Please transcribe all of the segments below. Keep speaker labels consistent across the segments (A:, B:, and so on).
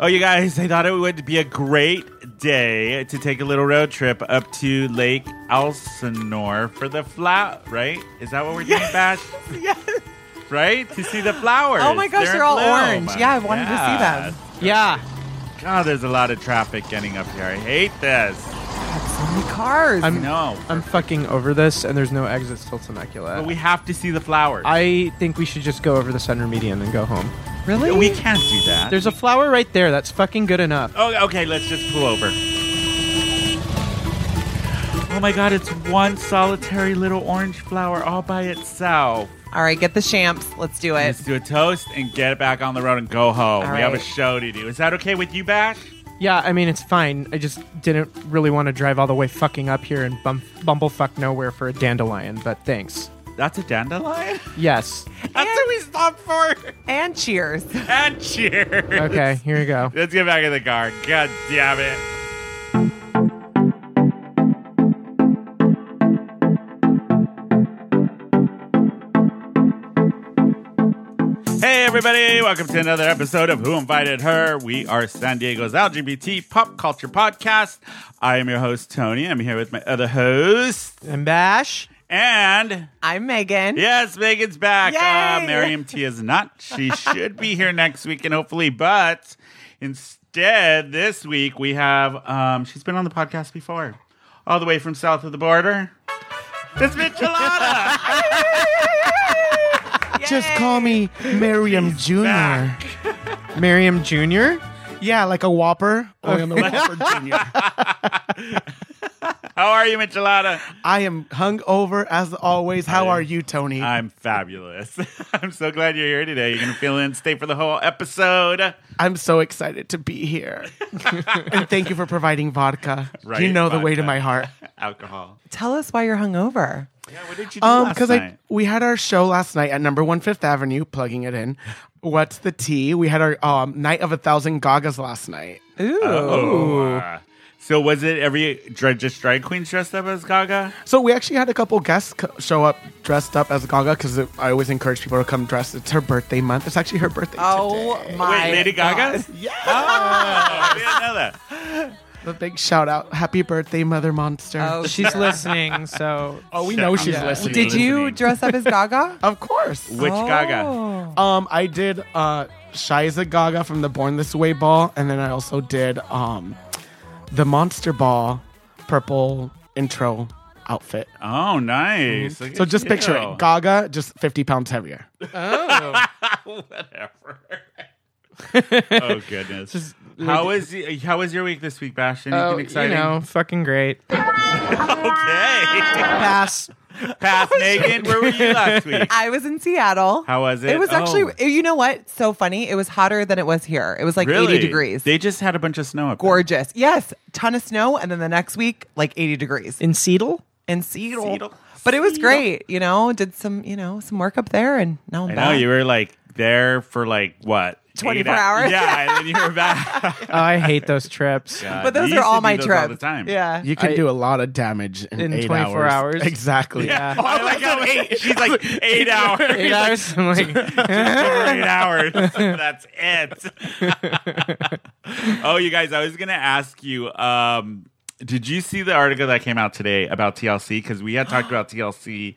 A: Oh, you guys, I thought it would be a great day to take a little road trip up to Lake Elsinore for the flower, right? Is that what we're doing, Bash?
B: Yes.
A: Right? To see the flowers.
B: Oh my gosh, they're
A: in
B: all
A: bloom.
B: orange. Yeah, I wanted to see them.
C: Yeah.
A: God, there's a lot of traffic getting up here. I hate this.
B: So many cars.
C: I'm-
A: No.
C: I'm fucking over this, and there's no exits till Temecula.
A: But we have to see the flowers.
C: I think we should just go over the center median and go home.
B: really?
A: we can't do that.
C: There's a flower right there. That's fucking good enough.
A: Oh, okay, let's just pull over. Oh my god, it's one solitary little orange flower all by itself.
B: all right, get the champs. Let's do it.
A: Let's do a toast and get back on the road and go home.
B: All
A: we have a
B: right.
A: show to do. Is that okay with you, Bash?
C: Yeah, I mean it's fine. I just didn't really want to drive all the way fucking up here and bum- bumblefuck nowhere for a dandelion. But thanks.
A: That's a dandelion?
C: Yes.
A: That's what we stopped for.
B: And cheers.
A: And cheers.
C: Okay. Here we go.
A: Let's get back in the car. God damn it. Hey, everybody, welcome to another episode of Who Invited Her. We are San Diego's LGBT pop culture podcast. I am your host, Tony. I'm here with my other host.
C: And bash.
A: And
B: I'm Megan.
A: yes, Megan's back.
B: Yay!
A: Uh, Miriam T is not. She should be here next week and hopefully, but instead, this week we have, um, she's been on the podcast before, all the way from south of the border. It's Michelada.
D: Just call me Miriam Jr.
A: back.
C: Miriam Junior.
D: Ah. Yeah, like a Whopper. Only on the Whopper Jr.
A: How are you, Michelada?
D: I am hungover as always. How are you, Tony? I,
A: I'm fabulous. I'm so glad you're here today. You're going to feel in, stay for the whole episode.
D: am so excited to be here. and thank you for providing vodka.
A: Right,
D: you know the way to
A: vodka.
D: my heart.
A: Alcohol.
B: Tell us why you're hungover.
A: Yeah, what did you do
D: Um,
A: last
D: because
A: night?
D: I we had our show last night at number one Fifth Avenue, plugging it in. What's the tea? We had our um, night of a thousand gagas last night.
B: Ooh.
A: Uh, Oh. So was it every dra- just drag queens dressed up as Gaga?
D: So we actually had a couple guests co- show up dressed up as Gaga because I always encourage people to come dressed. It's her birthday month. It's actually her birthday
B: Oh
D: today.
B: my.
A: Wait, Lady Gaga?
B: God.
A: Yeah. Oh, I didn't know that.
D: A big shout out. Happy birthday, Mother Monster.
B: Oh,
C: She's listening. So.
D: Oh, we
A: Shit,
D: know
A: I'm
D: she's
A: not
D: listening.
B: Did you
A: Listening.
B: dress up as Gaga?
D: Of course.
A: Which Gaga?
B: Oh.
D: Um, I did uh Shiza Gaga from the Born This Way ball, and then I also did um the Monster Ball purple intro outfit.
A: Oh, nice. Look
D: So
A: at
D: just
A: you.
D: picture it. Gaga just fifty pounds heavier.
A: Whatever. oh goodness. how is y- how was your week this week, Bash? Anything
C: Oh, you
A: exciting?
C: know, fucking great.
A: Okay.
C: Pass.
A: Pass Megan, where were you last week?
B: I was in Seattle.
A: How was it?
B: It was
A: Oh.
B: actually, you know what? So funny. It was hotter than it was here. It was like 80 degrees.
A: They just had a bunch of snow up. there.
B: Gorgeous. Yes. Ton of snow. And then the next week, like 80 degrees
C: In Seattle.
B: in Seattle.
A: Seattle.
B: But it was great. You know, did some, you know, some work up there and now I'm
A: I
B: back.
A: know you were like there for like what?
B: 24
A: eight
B: hours?
A: Yeah, and then you were back.
C: Oh, I hate those trips.
A: Uh,
B: but those are all my trips.
A: All the time.
B: Yeah.
D: You can
C: I-
D: do a lot of damage in,
C: In
D: eight
C: 24 hours.
D: Exactly.
A: Yeah. Oh, I like how eight. She's like eight hours.
C: Eight hours. I'm like,
A: Over eight hours. That's it. oh, you guys, I was gonna ask you. Um, did you see the article that came out today about TLC? Because we had talked about TLC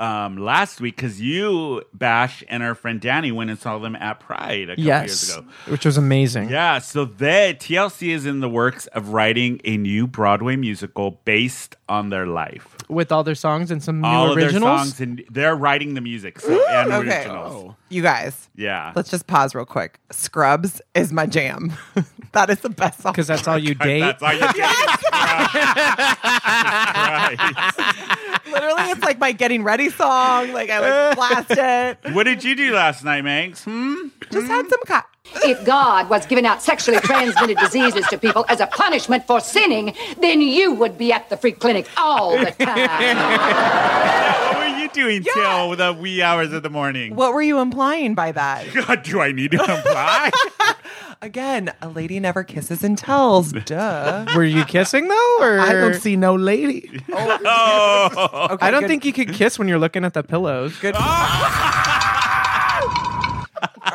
A: um, last week. Because you, Bash, and our friend Danny went and saw them at Pride a couple years
C: yes.
A: ago.
C: Which was amazing.
A: Yeah, so they TLC is in the works of writing a new Broadway musical based on their life.
C: With all their songs and some new
A: All
C: originals.
A: of their songs and they're writing the music so, and
B: okay.
A: originals.
B: You guys,
A: Yeah.
B: let's just pause real quick. Scrubs is my jam. that is the best song.
C: because that's all you date.
A: That's all you did. Christ.
B: Literally, it's like my getting ready song. Like I like blast it.
A: What did you do last night, Manx? Hmm?
B: Just had some. Co-
E: If God was giving out sexually transmitted diseases to people as a punishment for sinning, then you would be at the free clinic all the time.
A: What were you doing till the wee hours of the morning?
B: what were you implying by that?
A: God, do I need to comply?
B: Again, a lady never kisses and tells. Duh.
C: Were you kissing though, or
D: I don't see no lady.
A: oh.
C: I don't think you could kiss when you're looking at the pillows.
B: Good. All All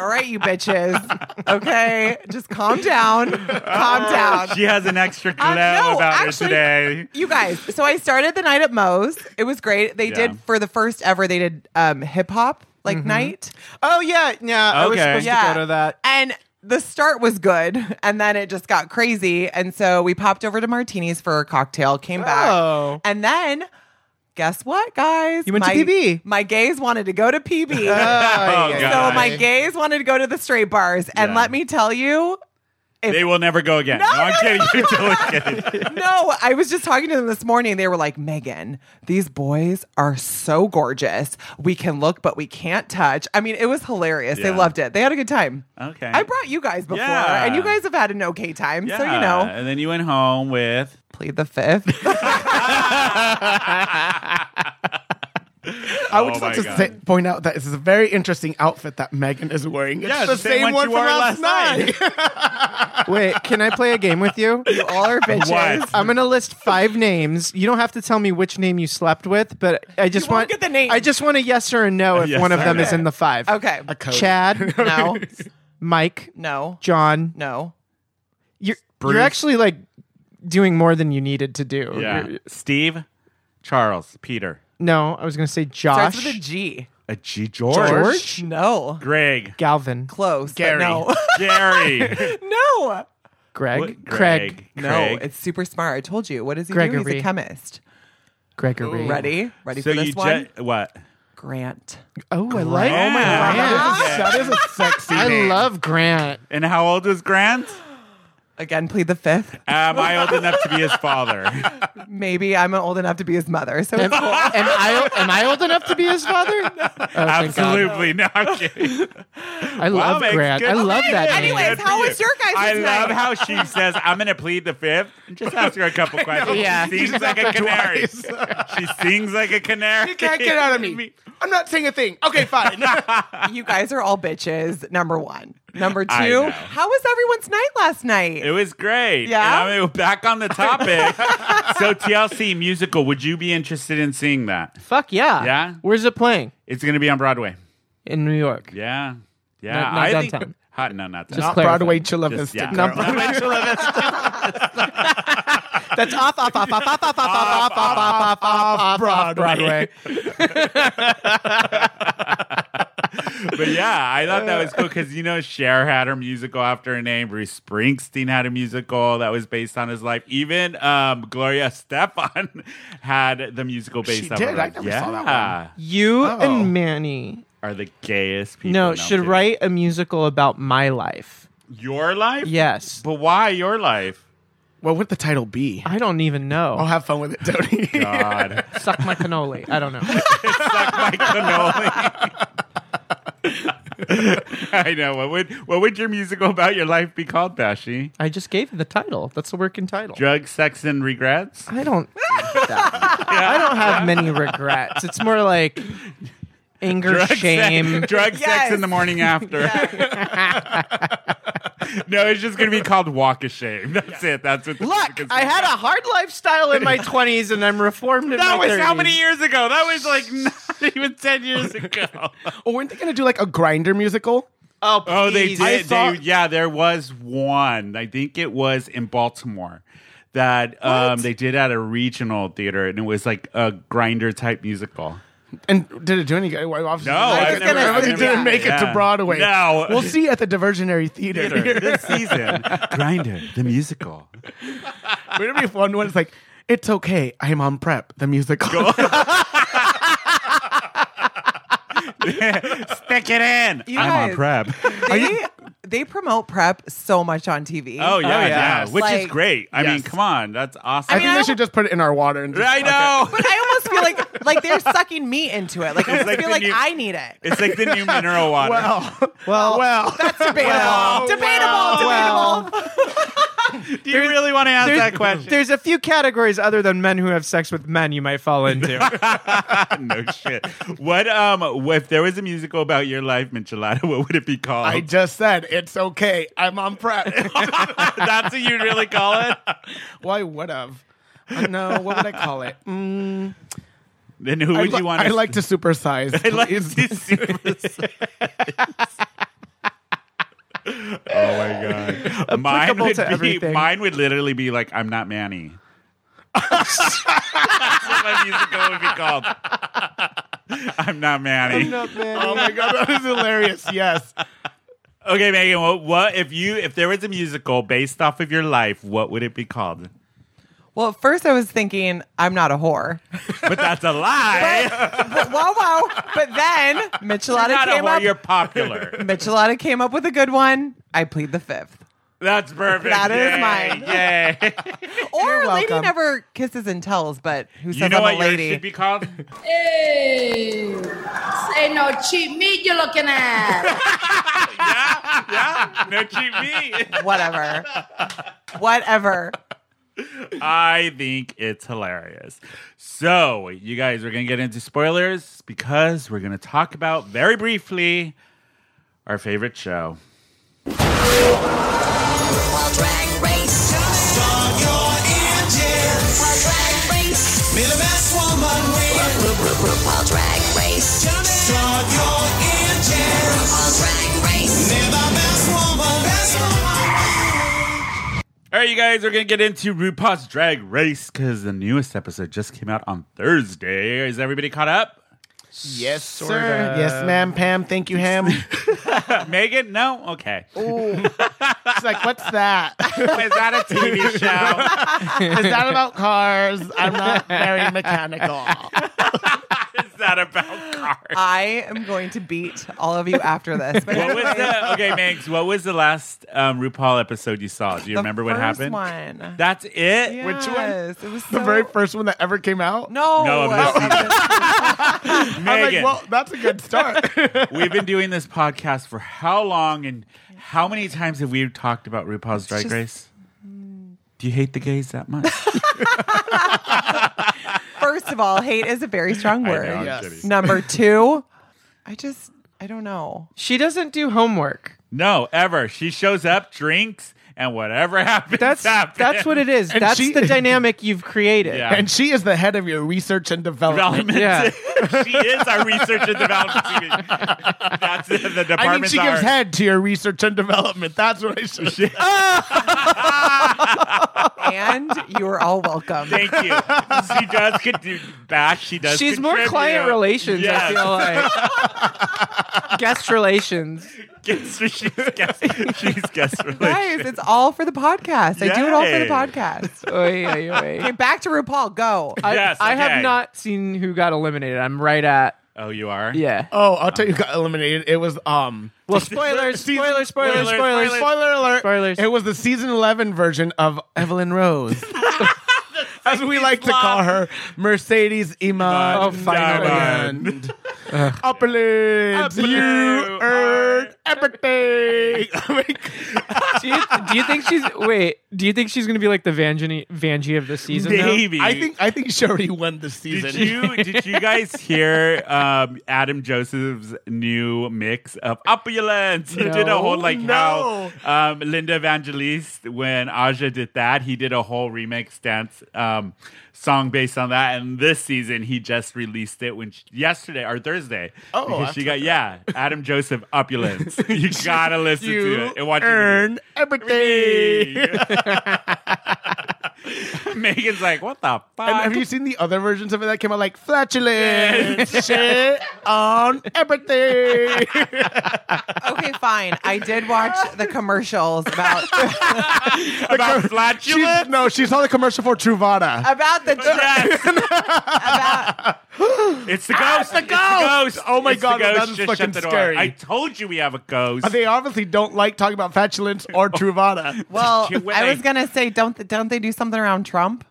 B: right, you bitches. Okay, just calm down. Calm down.
A: She has an extra glow
B: Um, no,
A: about
B: actually,
A: her today.
B: You guys, so I started the night at Moe's. It was great. They
A: Yeah.
B: did for the first ever. They did um, hip hop like night,
D: Oh yeah, yeah. I was
A: Okay.
D: supposed
B: Yeah.
D: to go to that.
B: and the start was good, and then it just got crazy. And so we popped over to Martini's for a cocktail, came
D: Oh.
B: back, and then. Guess what, guys?
C: You went to
B: My-
C: PB.
B: My gays wanted to go to PB.
A: Oh,
D: yeah.
A: God.
B: So my gays wanted to go to the straight bars. And
A: Yeah.
B: let me tell you,
A: They will never go again. No, I'm kidding. You're totally kidding.
B: no, I was just talking to them this morning. They were like, Megan, these boys are so gorgeous. We can look, but we can't touch. I mean, it was hilarious.
A: Yeah.
B: They loved it. They had a good time.
A: Okay.
B: I brought you guys before,
A: Yeah.
B: and you guys have had an okay time. So, you
A: Yeah,
B: know,
A: And then you went home with.
B: plead the fifth.
D: I would just
A: Oh,
D: like
A: my
D: to
A: God.
D: say, point out that this is a very interesting outfit that Megan is wearing. It's
A: Yeah,
D: the,
A: it's the
D: same,
A: same one
D: one
A: she
D: from
A: wore
D: last
A: last
D: night.
C: Wait, can I play a game with you?
B: you all are bitches.
A: What?
C: I'm gonna list five names. You don't have to tell me which name you slept with, but I just
B: You won't
C: want
B: get the name.
C: I just want a yes or a no if
A: yes
C: one of
A: or
C: them
A: no.
C: is in the five.
B: Okay.
C: Chad,
B: No,
C: Mike,
B: no,
C: John.
B: no.
C: You're
A: Bruce.
C: you're actually like doing more than you needed to do.
A: Yeah.
C: You're-
A: Steve, Charles, Peter,
C: No, I was gonna say
B: Starts
C: Josh,
B: with a G.
A: a G George,
C: George,
B: No.
A: Greg,
C: Galvin,
B: Close.
A: Gary,
B: But no.
A: Gary,
B: no.
C: Greg,
A: What- Craig.
C: Craig,
B: No, it's super smart. I told you. What does he do? He's
C: Gregory.
B: a chemist.
C: Gregory.
B: Ready? Ready
A: So
B: for this
A: you
B: one?
A: ju- what?
B: Grant.
C: Oh, I like.
A: Oh my God.
C: Grant.
D: That is a sexy
C: I
D: name.
C: love Grant.
A: And how old is Grant?
B: Again, plead the fifth.
A: Am I old enough to be his father?
B: Maybe I'm old enough to be his mother. So it's
C: am,
B: cool.
C: I, am I old enough to be his father? Oh, thank God.
A: Absolutely. No, I'm kidding.
C: I love
A: Megs,
C: Grant.
A: good
C: I love
A: for
C: that
A: you.
C: name.
B: Anyways,
A: Good for
B: how
A: you.
B: was your guys'
A: I
B: night?
A: love how she says, I'm going to plead the fifth. Just ask her a couple questions.
C: Yeah.
A: She sings like a canary. she sings like a canary.
D: You can't get out of me. I'm not saying a thing. Okay, fine.
B: you guys are all bitches. Number one. Number
A: I know.
B: two. How was everyone's night last night?
A: It was great.
B: Yeah?
A: And I mean, back on the topic. so, TLC musical, would you be interested in seeing that?
C: Fuck yeah.
A: Yeah?
C: Where's it playing?
A: It's going to be on Broadway.
C: In New York.
A: Yeah. Yeah.
C: Not- not
A: I
C: downtown.
A: think. Hot, no, not
C: Just
A: downtown.
D: Not
C: clarify.
D: Broadway Chula
A: Just-
D: Vista.
A: yeah.
D: girl.
C: That's off, off, off, off, off, off, off, off, off, off, off, off, off Broadway.
A: But yeah, I thought that was cool because you know Cher had her musical after her name. Bruce Springsteen had a musical that was based on his life. Even um, Gloria Stefan had the musical based
D: She
A: on
D: did?
A: her
D: I
A: life.
D: never
A: yeah.
D: saw that
C: You
D: Oh.
C: and Manny.
A: Are the gayest people?
C: No,
A: I'm
C: should
A: kidding.
C: write a musical about my life.
A: your life.
C: Yes.
A: but why your life?
D: What would the title be?
C: I don't even
D: I'll
A: Oh.
C: know.
D: have fun with it, Tony.
A: God,
C: Suck my cannoli. I don't know.
A: suck my cannoli. I know. What would what would your musical about your life be called, Bashi?
C: I just gave you the title. That's the working title.
A: Drug, sex, and regrets.
C: I don't. I don't have many regrets. It's more like anger,
A: drug
C: shame.
A: sex, drug sex
B: Yes.
A: in the morning after. no, it's just gonna be called walk of shame. That's it. That's what. The
C: Look, I had a hard lifestyle in my twenties, and I'm reformed. In
A: That
C: my
A: was how
C: 30s.
A: many years ago? That was like not even ten years ago.
D: oh, weren't they going to do like a grinder musical?
C: Oh,
A: Oh, they
C: please.
A: did. they- yeah, there was one. I think it was in Baltimore that um, they did at a regional theater, and it was like a grinder type musical.
D: And did it do any good? Well, obviously-
A: No,
D: I
A: I've
D: just
B: never-
D: never,
B: I've
D: it
B: never-
D: didn't make it
A: yeah.
D: to Broadway.
A: No.
D: we'll see at the Diversionary Theater.
A: Theater this season, grinder the musical.
D: Wouldn't it be fun when it's like, "It's okay, I'm on prep." The musical.
A: Stick it in.
B: You
A: I'm on
B: guys-
A: prep.
B: They, they promote prep so much on TV.
A: Oh yeah, yeah,
D: yeah.
A: which is
B: Like-
A: great. I mean,
D: Yes.
A: come on, that's awesome.
D: I
A: I,
D: think
B: I
D: they
B: don't-
D: should just put it in our water and just
A: know.
B: But I almost feel like like they're sucking me into it. Like I almost
A: like
B: feel
A: the
B: like
A: new-
B: I need it.
A: It's like the new mineral water.
C: Well,
D: Well,
B: That's debatable.
D: Well,
B: debatable.
C: well,
B: debatable.
A: Do you really want to ask
C: there's,
A: that question?
C: there's a few categories other than men who have sex with men you might fall into.
A: no shit. What um? If there was a musical about your life, Michelada, what would it be called?
D: I just said it's okay, I'm on prep.
A: that's what you'd really call it.
D: Why would have? Uh, no, what would I call it? Mm,
A: Then who would
D: I'd li-
A: you want?
D: I'd like to supersize.
A: I'd like
D: please.
A: to see. Oh my god. Mine
C: Applicable
A: would,
C: to
A: be,
C: everything.
A: mine would literally be like, I'm not Manny. That's what my musical would be called. I'm not Manny.
D: Oh my god, that is hilarious. Yes.
A: okay, Megan, what, what if you if there was a musical based off of your life, what would it be called?
B: Well, at first I was thinking I'm not a whore.
A: But that's a lie.
B: But, whoa, whoa! But then Michelada
A: Not a
B: came
A: whore,
B: up.
A: you're popular.
B: Michelada came up with a good one. I plead the fifth.
A: That's perfect.
B: That is
A: Yay,
B: mine.
A: Yay.
B: Or a lady
C: welcome.
B: never kisses and tells, but who says
A: you know
B: I'm
A: what
B: a
A: yours
B: lady?
A: should be called?
F: Hey, this ain't no cheap meat you're looking at.
A: no cheat me.
B: Whatever. Whatever.
A: I think it's hilarious. So, you guys, we're going to get into spoilers because we're going to talk about very briefly our favorite show.
G: Drag race.
H: Start your engines.
G: While drag race.
H: Be the best woman win.
G: While drag race.
H: Start your engines.
G: While drag race.
H: Be the best woman. Best woman.
A: All right, you guys, we're going to get into RuPaul's Drag Race because the newest episode just came out on Thursday. Is everybody caught up?
D: Yes, sir. Yes, ma'am, Pam. Thank you, Ham. She's
A: Megan? No? Okay.
D: like, what's that?
A: Is that a TV show?
D: Is that about cars? I'm not very mechanical.
A: Is that about cars?
B: I am going to beat all of you after this. But
A: What was the, okay, Megs, what was the last um, RuPaul episode you saw? Do you
B: the
A: remember what
B: first
A: happened?
B: One.
A: That's it?
D: Which one?
B: Yes, It was
D: The
B: so-
D: very first one that ever came out.
B: No.
A: No, I'm
D: I'm like,
A: Megan.
D: well, that's a good start.
A: We've been doing this podcast for how long and how many times have we talked about RuPaul's Drag
B: just-
A: Race? Do you hate the gays that much?
B: First of all, hate is a very strong
A: I
B: word.
A: know, I'm
D: Yes.
A: kidding.
B: Number two, I just, I don't know.
C: She doesn't do homework.
A: No, ever. She shows up, drinks, and whatever happens,
C: That's
A: happens.
C: that's what it is. that's
D: she-
C: the dynamic you've created.
A: Yeah.
D: and she is the head of your research and development.
A: Development.
C: Yeah.
A: she is our research and development team. That's the, the department.
D: I mean, she gives head to your research and development. That's what I should.
B: And you are all welcome.
A: Thank you. She does could do bash. She does.
C: She's more
A: contribute.
C: client relations,
A: Yes.
C: I feel like. Guest relations.
A: Guess- she's guest. She's guest relations.
B: Guys, it's all for the podcast. I do it all for the
A: Yay.
B: podcast.
C: Oy, oy, oy.
B: Okay, back to RuPaul. Go. Uh,
C: I,
A: Yes,
C: I
A: okay.
C: have not seen who got eliminated. I'm right at
A: Oh, you are.
C: yeah.
D: Oh, I'll tell you, who got eliminated. It was um.
C: Well, spoilers,
D: Season-
C: spoilers, spoilers,
A: spoilers,
C: spoilers.
A: spoilers.
D: Spoiler alert!
C: Spoilers.
D: It was the season eleven version of Evelyn Rose, as we like to call her, Mercedes Iman.
A: Oh, finally.
D: Diamond. Upper lips,
A: Upper
D: you
A: lip.
D: earned everything.
C: Do you, do you think she's wait? Do you think she's gonna be like the Vanjie Vanjie of the season? though?
A: Maybe.
D: I think I think she already won the season.
A: Did you did you guys hear um, Adam Joseph's new mix of opulence? He did a
C: No.
A: whole like how um, Linda Evangelist when Aja did that, he did a whole remix dance um, song based on that. And this season, he just released it when she, yesterday or Thursday.
D: Oh,
A: because
D: I've
A: she got yeah, Adam Joseph opulence. You gotta listen
D: You
A: to it and watch
D: earn
A: it.
D: everything.
A: Megan's like, what the fuck?
D: And have you seen the other versions of it that came out like flatulence, shit on everything?
B: Okay, fine. I did watch the commercials about
A: about flatulence?
D: She's, no, she saw the commercial for Truvada.
B: about the
A: Yes.
B: about
A: It's the ghost.
D: the
A: It's the
D: ghost.
A: ghost.
D: Oh my
A: It's the
D: God,
A: ghost.
D: that's
A: Just
D: fucking
A: shut the door.
D: scary.
A: I told you we have a ghost.
D: They obviously don't like talking about flatulence or Truvada.
B: well,
A: Did you-
B: I was gonna say don't don't they do something around Trump?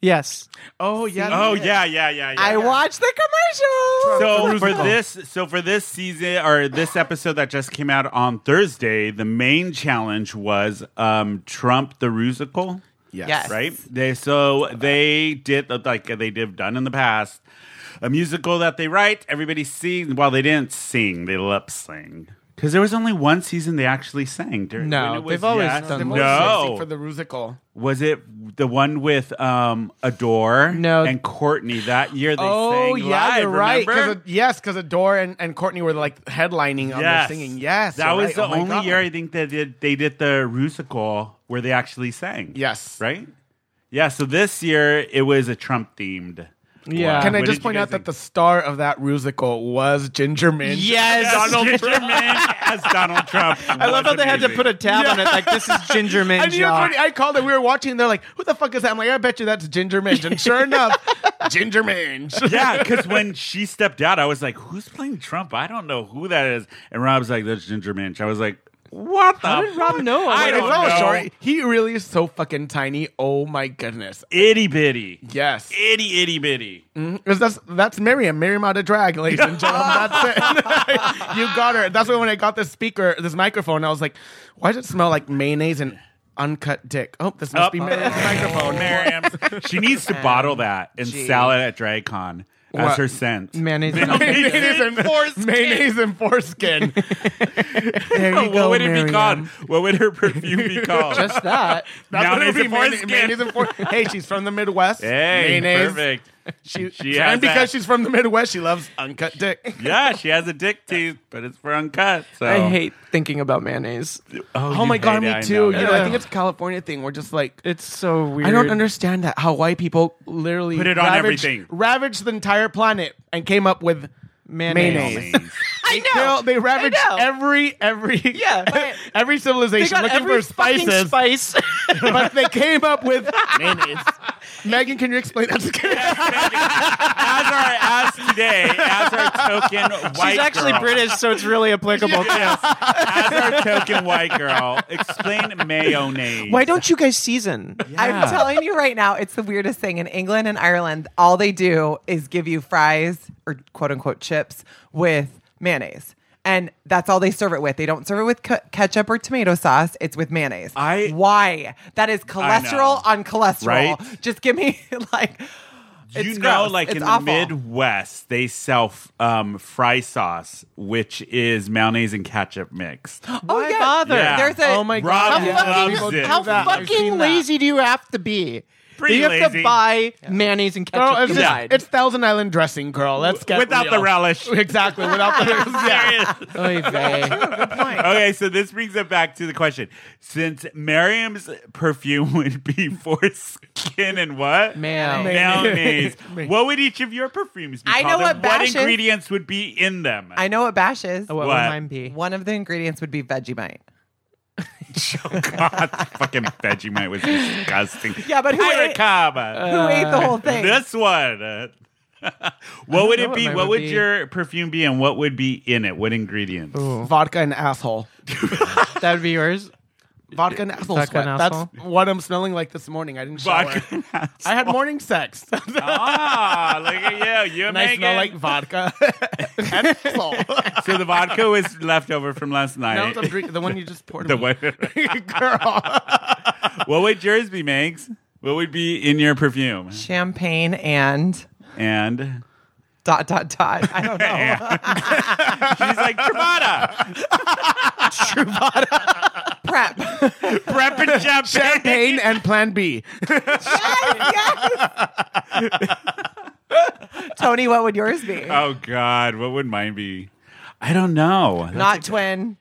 C: Yes.
D: Oh yeah.
A: oh yeah, yeah, yeah, yeah.
B: I watched the commercials.
A: so
D: The
A: for
D: Roosevelt.
A: this, so for this season or this episode that just came out on Thursday, the main challenge was um, Trump the Rusical.
B: Yes.
A: right? They so they did like they did done in the past a musical that they write. Everybody sing. Well, they didn't sing. They lip sing. Because there was only one season they actually sang during.
C: No,
A: when it was
C: they've always
A: yes,
C: done
D: They've always
A: no.
D: sang for the musical.
A: was it the one with um, Adore
C: No.
A: and Courtney that year? They
D: Oh
A: sang
D: yeah,
A: live,
D: you're right. 'Cause
A: remember?
D: it- yes, because Adore and, and Courtney were like headlining on their
A: Yes.
D: singing. Yes,
A: that
D: you're
A: was
D: right.
A: the
D: Oh my
A: only
D: God.
A: year I think they did. They did the Rusical where they actually sang.
D: Yes.
A: right. Yeah. So this year it was a Trump themed.
C: Yeah.
D: Can I
A: What did
D: just
A: you
D: point
A: guys
D: out
A: think?
D: that the star of that musical was Ginger Minj?
C: Yes.
A: Donald Trump as Donald Trump.
C: I love how they had to put a tab on it. Like this is Ginger
D: I,
C: Man
D: knew it was funny. I called it. We were watching. They're like, "Who the fuck is that?" I'm like, "I bet you that's Ginger Minj." And sure enough, Ginger Minj.
A: yeah, because when she stepped out, I was like, "Who's playing Trump? I don't know who that is." And Rob's like, "That's Ginger Minch." I was like, "What the?
C: How did Rob know?
A: I
D: Wait,
A: don't
D: it's all
A: know.
D: short. He really is so fucking tiny. Oh my goodness.
A: Itty bitty,
D: Yes.
A: itty itty bitty."
D: 'Cause that's that's Miriam. Miriam out of drag, ladies and gentlemen. That's it. you got her. That's why when I got this speaker, this microphone, I was like, why does it smell like mayonnaise and uncut dick? Oh, this must
A: Up.
D: be Miriam's microphone.
A: Miriam, she needs to bottle that and sell it at DragCon as
D: What?
A: her scent.
C: Mayonnaise.
D: mayonnaise and foreskin. Mayonnaise and foreskin. there you
A: what would it be called? What would her perfume be called?
C: Just that.
D: That's
A: Now
D: what it'll
A: mayonnaise
D: be.
A: and foreskin.
D: Mayonnaise, mayonnaise and foreskin. Hey, she's from the Midwest.
A: hey,
D: mayonnaise.
A: perfect.
D: She,
A: She has
D: and because
A: that.
D: she's from the Midwest, she loves uncut dick.
A: Yeah, she has a dick tooth, but it's for uncut. So
C: I hate thinking about mayonnaise.
D: Oh my
A: you
D: god,
A: hate
D: me
A: it, I
D: too.
A: know.
D: You know, I
C: Yeah.
D: think it's a California thing. We're just like
C: It's so weird.
D: I don't understand that how white people literally
A: Put it on
D: ravaged,
A: everything.
D: ravaged the entire planet and came up with
C: Mayonnaise.
D: mayonnaise.
C: I
D: They all- They ravaged
C: I know.
D: every every
C: Yeah, but-
D: every
C: They
D: civilization
C: got
D: looking
C: every
D: for spices,
C: fucking spice.
D: but they came up with mayonnaise. Megan, can you explain that?
A: as our as today, as our token white
C: She's actually
A: girl,
C: British, so it's really applicable.
A: Yes. As our token white girl, explain mayonnaise.
C: Why don't you guys season?
B: I'm telling you right now, it's the weirdest thing. In England and Ireland, all they do is give you fries or quote unquote chips with mayonnaise. And that's all they serve it with. They don't serve it with ke- ketchup or tomato sauce. It's with mayonnaise.
A: I-
B: Why? That is
A: know.
B: cholesterol on cholesterol.
A: Right?
B: Just give me like
A: you
B: it's
A: know,
B: gross.
A: like
B: It's
A: in
B: awful.
A: the Midwest, they sell f- um, fry sauce, which is mayonnaise and ketchup mixed.
B: Why Oh, yeah.
C: bother?
A: Yeah.
B: There's a
C: Oh my
A: Rob
C: god!
A: loves it.
C: How
D: that. I've
C: fucking
D: seen that.
C: lazy do you have to be?
A: Pretty
C: do you have
A: lazy.
C: to buy mayonnaise and ketchup?
D: it's, just-
A: Yeah.
C: aside?
D: it's Thousand Island dressing, girl. Let's get
A: Without
D: real.
A: the relish.
D: Exactly, without the
A: Serious.
C: Oy vey.
A: okay, so this brings it back to the question. Since Miriam's perfume would be foreskin and what?
C: Mayo.
A: Mayonnaise. what would each of your perfumes be
B: I
A: called
B: know
A: and
B: what Bash is.
A: ingredients would be in them?
B: I know what bash is.
C: Oh, What, would
A: What?
C: mine be?
B: One of the ingredients would be Vegemite.
A: God, fucking Vegemite was disgusting.
B: Yeah, but who ate-
A: Hirakama.
B: Who ate the whole thing?
A: Uh, this one. what would
C: know
A: it
C: what
A: be?
C: mine
A: What,
C: would
A: would
C: be.
A: your perfume be, and what would be in it? What ingredients?
D: vodka and asshole.
C: That would be yours.
D: Vodka and asshole
C: Vodka
D: sweat.
C: and asshole?
D: That's what I'm smelling like this morning. I didn't shower.
A: Vodka.
D: I had morning sex. and
A: ah, look at you. You
D: I
A: make
D: smell like vodka and asshole.
A: So the vodka was left over from last
D: no,
A: night.
D: I'm drinking the one you just poured.
A: The
D: me.
A: one-
D: girl.
A: what would yours be, Megs? What would be in your perfume?
B: Champagne and
A: And
B: dot dot dot. I don't know.
A: she's like Truvada,
B: Prep.
A: prep and champagne.
D: Pain and Plan B.
B: Tony, what would yours be?
A: Oh God, what would mine be? I don't know.
B: Not twin.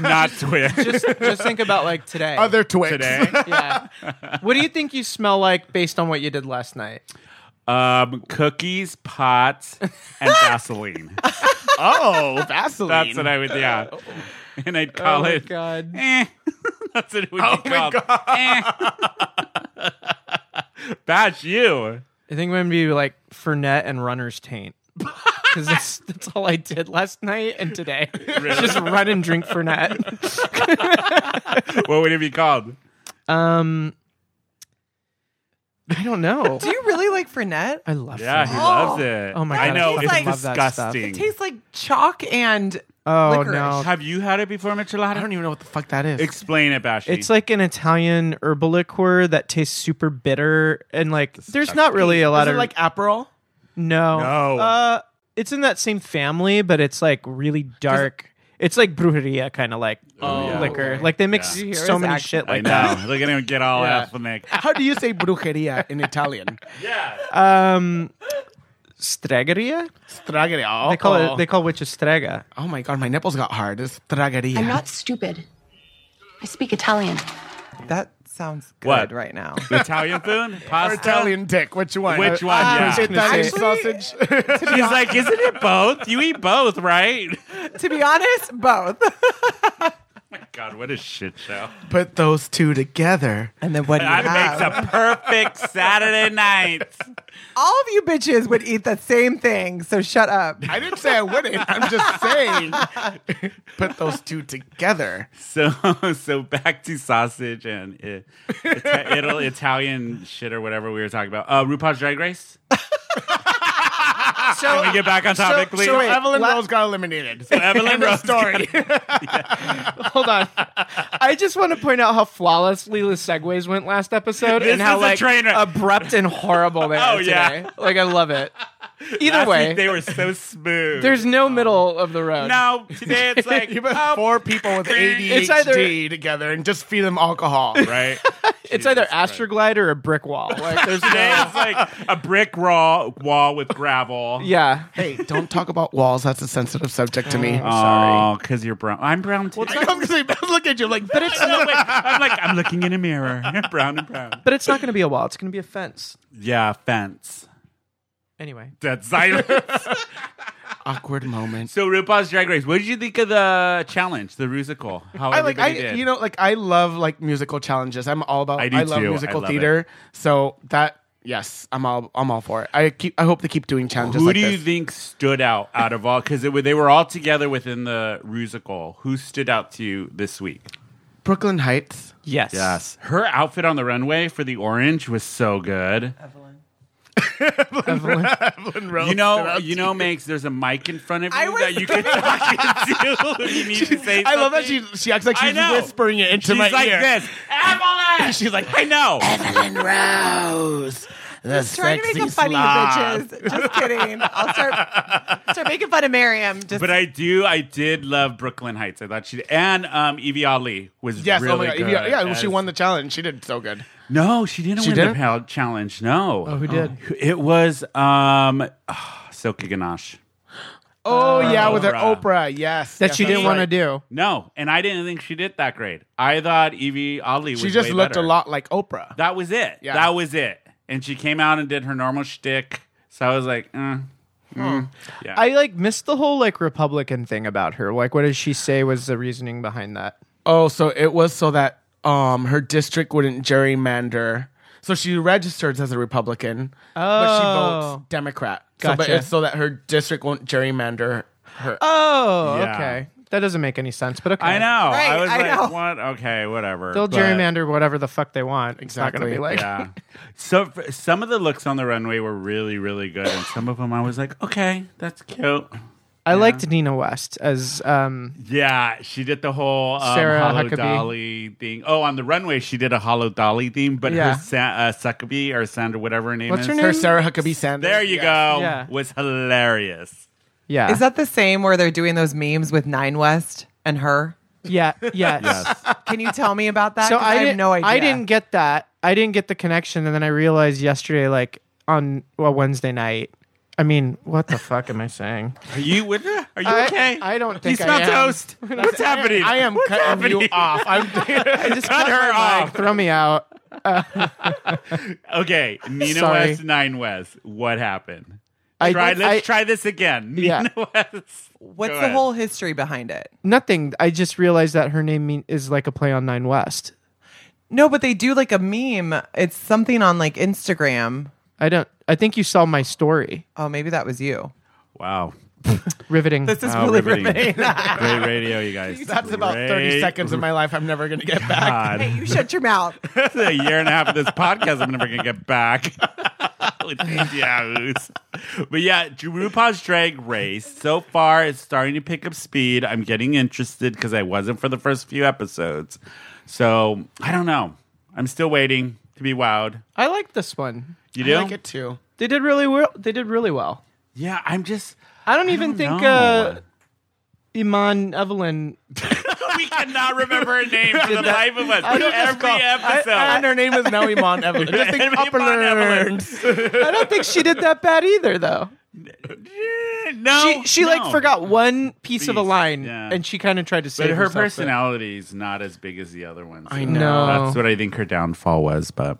A: Not twin
C: Just, just think about like today.
D: Other Twix.
A: today.
C: yeah. What do you think you smell like based on what you did last night?
A: Um, cookies, pots, and Vaseline.
D: Oh, Vaseline.
A: That's what I would. Yeah, and I'd call
C: my
A: it.
C: God.
A: Eh. That's what it would be
D: my
A: called. Eh. Bash you.
C: I think mine would be like Fernet and Runner's Taint. Because that's, that's all I did last night and today. Just run and drink Fernet.
A: What would it be called?
C: Um, I don't know.
B: Do you really like Fernet?
C: I love
A: Yeah,
C: Fernet.
A: he loves it.
C: Oh my
A: I
C: God,
A: know
B: I
A: it's
B: fucking love
C: that stuff.
A: disgusting.
B: It tastes like chalk and uh,
C: Oh,
B: licorice.
C: no.
A: Have you had it before, Michelada?
D: I don't even know what the fuck that is.
A: Explain it, Bashy.
C: It's like an Italian herbal liqueur that tastes super bitter and like there's not really a lot
D: is
C: of
D: it like Aperol?
C: no.
A: E. No.
C: Uh, it's in that same family, but it's like really dark It's like brujeria kind of like
A: Oh,
C: liquor. Like they mix
B: Did you hear
C: so
B: his
C: many
B: accent?
C: shit
A: I
C: like that.
A: know. Look at him get all
C: Yeah.
A: ethnic.
D: How do you say brujeria in Italian?
A: Yeah.
C: Um, stregeria.
D: Stragaria.
C: They call
A: Oh.
C: it. They call witches strega.
D: oh my god, my nipples got hard. It's stragaria.
I: I'm not stupid. I speak Italian.
B: That sounds good
A: What?
B: right now.
A: Italian food? Pasta?
D: Or Italian dick. Which one?
A: Which one?
D: Uh,
A: yeah.
D: Italian
B: Actually-
D: sausage.
A: She's like, isn't it both? You eat both, right?
B: to be honest, both.
A: God, what a shit show.
D: Put those two together.
B: And then what do you
A: That
B: have?
A: makes a perfect Saturday night.
B: All of you bitches would eat the same thing, so shut up.
D: I didn't say I wouldn't. I'm just saying. Put those two together.
A: So, so back to sausage and it, Ita- Italy- Italian shit or whatever we were talking about. Uh, RuPaul's Drag Race.
C: So
A: Can we Ah, get back on topic, please?
C: so wait,
D: Evelyn
C: la-
D: Rose got eliminated.
A: Evelyn
D: End of
A: Rose
D: story.
C: Hold on. I just want to point out how flawless Leela's segues went last episode
A: This
C: and how
A: is a
C: like
A: train wreck.
C: abrupt and horrible they
A: Oh,
C: are
A: yeah.
C: today. Like I love it. Either
A: Last
C: way,
A: week they were so smooth.
C: there's no middle of the road.
A: now today it's like
D: You put
A: oh,
D: four people with ADHD
C: It's either-
D: together and just feed them alcohol.
A: right.
C: it's either
A: Jesus Christ.
C: Astroglide or a brick wall. Like there's
A: Today
C: no,
A: it's like a brick raw wall with gravel.
C: yeah.
D: Hey, don't talk about walls. That's a sensitive subject to me.
A: Oh, because you're brown. I'm brown too.
D: I was gonna say, look at you like, but it's
A: No, wait. I'm like I'm looking in a mirror. brown and brown.
C: But it's not going to be a wall. It's going to be a fence.
A: Yeah, fence.
C: Anyway,
A: Dead silence.
D: awkward moment.
A: so RuPaul's Drag Race. What did you think of the challenge, the musical? How
D: I like, I
A: everybody did?
D: you know, like I love like musical challenges. I'm all about.
A: I
D: I,
A: do
D: love
A: too. I
D: musical
A: love
D: theater. So that yes, I'm all I'm all for it. I keep I hope they keep doing challenges.
A: who
D: like
A: do you
D: this.
A: think stood out out of all? Because they were all together within the musical. Who stood out to you this week?
D: Brooklyn Heights.
C: yes.
A: Her outfit on the runway for the orange was so good.
C: Evelyn.
A: You know, you know, Max, there's a mic in front of you
B: I was-
A: that you can talk into. when you need to say
D: I love that she
A: something.
D: she acts like
A: I
D: she's
A: know.
D: whispering it into
A: She's
D: my
A: like
D: ear.
A: this. Evelyn! She's like, I know.
D: Evelyn Rose, the
B: Trying to
D: sexy
B: make a funny
D: slob.
B: bitches. Just kidding. I'll start start making fun of Miriam. Just
A: But I do, I did love Brooklyn Heights. I thought she and um, Evie Ali was
D: Yes,
A: really
D: oh my god,
A: good.
D: yeah, yeah well, she
A: as-
D: won the challenge. She did so good.
A: No, she didn't
D: She
A: win the
D: didn't?
A: pal- challenge. No, oh,
C: who did?
A: It was um, Silky Ganache.
D: Oh yeah, with her
A: Oprah.
D: Oprah. Yes,
C: that
D: yes,
C: you didn't
D: that's
C: want to
D: right.
C: do.
A: No, and I didn't think she did that great. I thought Evie Ali.
D: She
A: was
D: just
A: way
D: looked
A: better.
D: a lot like Oprah.
A: That was it.
D: Yeah.
A: That was it. And she came out and did her normal shtick. So I was like, eh.
C: I like missed the whole like Republican thing about her. Like, what did she say was the reasoning behind that?
D: Oh, so it was so that um her district wouldn't gerrymander. So she registers as a Republican, but she
C: Oh.
D: votes Democrat. So, but
C: Gotcha.
D: it's so that her district won't gerrymander her.
C: Oh,
A: Yeah.
C: okay. That doesn't make any sense, but okay.
A: I know. I
B: Right,
A: was
B: I
A: like,
B: know.
A: what? Okay, whatever.
C: They'll
A: But-
C: gerrymander whatever the fuck they want. It's not going
D: Exactly.
C: to be like.
A: Yeah. So f- some of the looks on the runway were really, really good, and some of them I was like, okay, that's cute.
C: I liked Nina West as um
A: Yeah, she did the whole um,
C: Sarah
A: hollow
C: Huckabee.
A: dolly thing. Oh, on the runway, she did a hollow dolly theme, but
C: Yeah.
A: her Sa- uh, Succubee or Sandra, whatever her name
C: What's
A: is,
C: her name?
D: Her Sarah Huckabee Sanders.
A: there you
D: Yeah.
A: go,
C: Yeah.
A: was hilarious.
C: yeah.
B: Is that the same where they're doing those memes with Nine West and her?
C: yeah, yeah.
B: Can you tell me about that?
C: So
B: 'Cause
C: I,
B: have
C: didn't
B: no idea.
C: I didn't get that. I didn't get the connection and then I realized yesterday like on well Wednesday night. I mean, what the fuck am I saying?
A: Are you with her? Are you
C: I-
A: okay?
C: I don't
A: you
C: think I
A: smell
C: am.
A: toast. What's happening?
D: I am
A: What's
D: cutting
A: happening?
D: you off. I'm
C: I just
A: Cut
C: cut,
A: her
C: her
A: off.
C: throw me out.
A: Okay, Nina
C: Sorry.
A: West, Nine West. What happened?
C: I
A: try.
C: did-
A: let's
C: I-
A: try this again.
C: Yeah.
A: Nina West.
B: What's
A: Go
B: the
A: ahead.
B: whole history behind it?
C: Nothing. I just realized that her name mean, is like a play on Nine West.
B: No, but they do like a meme. It's something on like Instagram.
C: I don't. I think you saw my story.
B: Oh, maybe that was you.
A: Wow.
C: Riveting. uh,
B: This is
A: Wow,
B: really
A: riveting.
B: riveting.
A: Great radio, you guys.
D: that's about
A: Great
D: 30 seconds of my life I'm never going to get back.
A: God.
B: hey, you shut your mouth.
A: That's a year and a half of this podcast I'm never gonna get back. With these yahoos. But yeah, RuPaul's Drag Race so far it's starting to pick up speed. I'm getting interested because I wasn't for the first few episodes. So I don't know. I'm still waiting to be wowed.
C: I like this one.
A: You
D: I
A: do?
D: like it too.
C: They did really well. They did really well.
A: Yeah, I'm just.
C: I don't even think.
A: know.
C: Uh, Iman Evelyn.
A: we cannot remember her name for the life of us.
D: I don't
A: Every
D: recall. I-
A: episode.
D: and her name is now Iman Evelyn. Just think
A: Iman
D: upper
A: Evelyn.
C: I don't think she did that bad either, though.
A: Eh, no,
C: She she
A: no.
C: like forgot one piece of a
A: Piece,
C: line,
A: yeah.
C: and she kind of tried to
A: But
C: save
A: her
C: herself,
A: personality is not as big as the other ones. I
C: know.
A: That's what I think her downfall was. But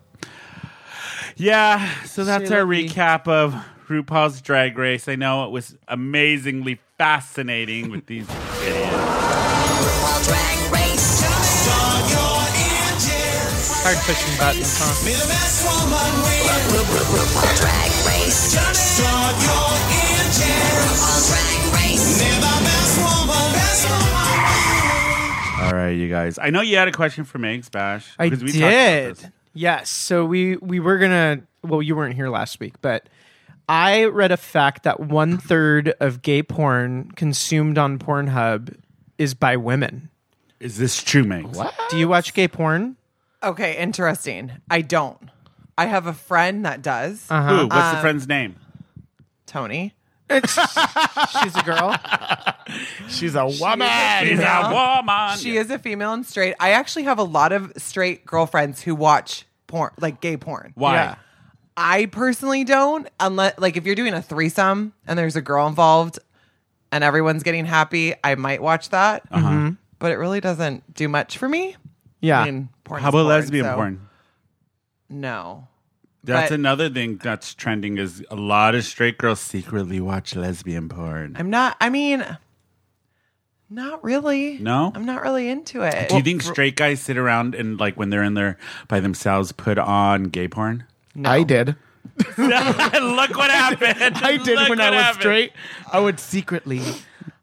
A: yeah, so that's
C: She
A: our
C: let me-
A: recap of RuPaul's Drag Race. I know it was amazingly fascinating with these idiots.
G: RuPaul Drag Race.
C: but hard pushing buttons. Huh?
G: RuPaul Drag Race. RuPaul Drag Race.
A: All right, you guys. I know you had a question for Megs Bash.
C: I
A: 'cause we talked about this.
C: did. Yes. So we we were gonna. Well, you weren't here last week, but I read a fact that one third of gay porn consumed on Pornhub is by women.
A: Is this true, Megs? What?
C: Do you watch gay porn?
B: Okay, interesting. I don't. I have a friend that does.
C: Uh-huh.
A: Who? What's the friend's name?
B: Tony.
C: She's a girl.
D: She's a woman.
A: She's a woman.
B: She is a female and straight. I actually have a lot of straight girlfriends who watch porn, like gay porn.
A: Why?
C: Yeah.
B: I personally don't, unless like if you're doing a threesome and there's a girl involved and everyone's getting happy, I might watch that.
A: Uh-huh.
B: Mhm. But it really doesn't do much for me.
C: Yeah.
B: I mean, porn's
A: Ah. How about
B: porn,
A: lesbian
B: so-
A: porn?
B: No.
A: That's
B: But-
A: another thing that's trending is a lot of straight girls secretly watch lesbian porn.
B: I'm not. I mean, not really.
A: No?
B: I'm not really into it.
A: Do you think straight guys sit around and like when they're in there by themselves put on gay porn?
D: I did.
A: Look what happened.
D: I did
A: Look what
D: when I was
A: happened.
D: straight. I would secretly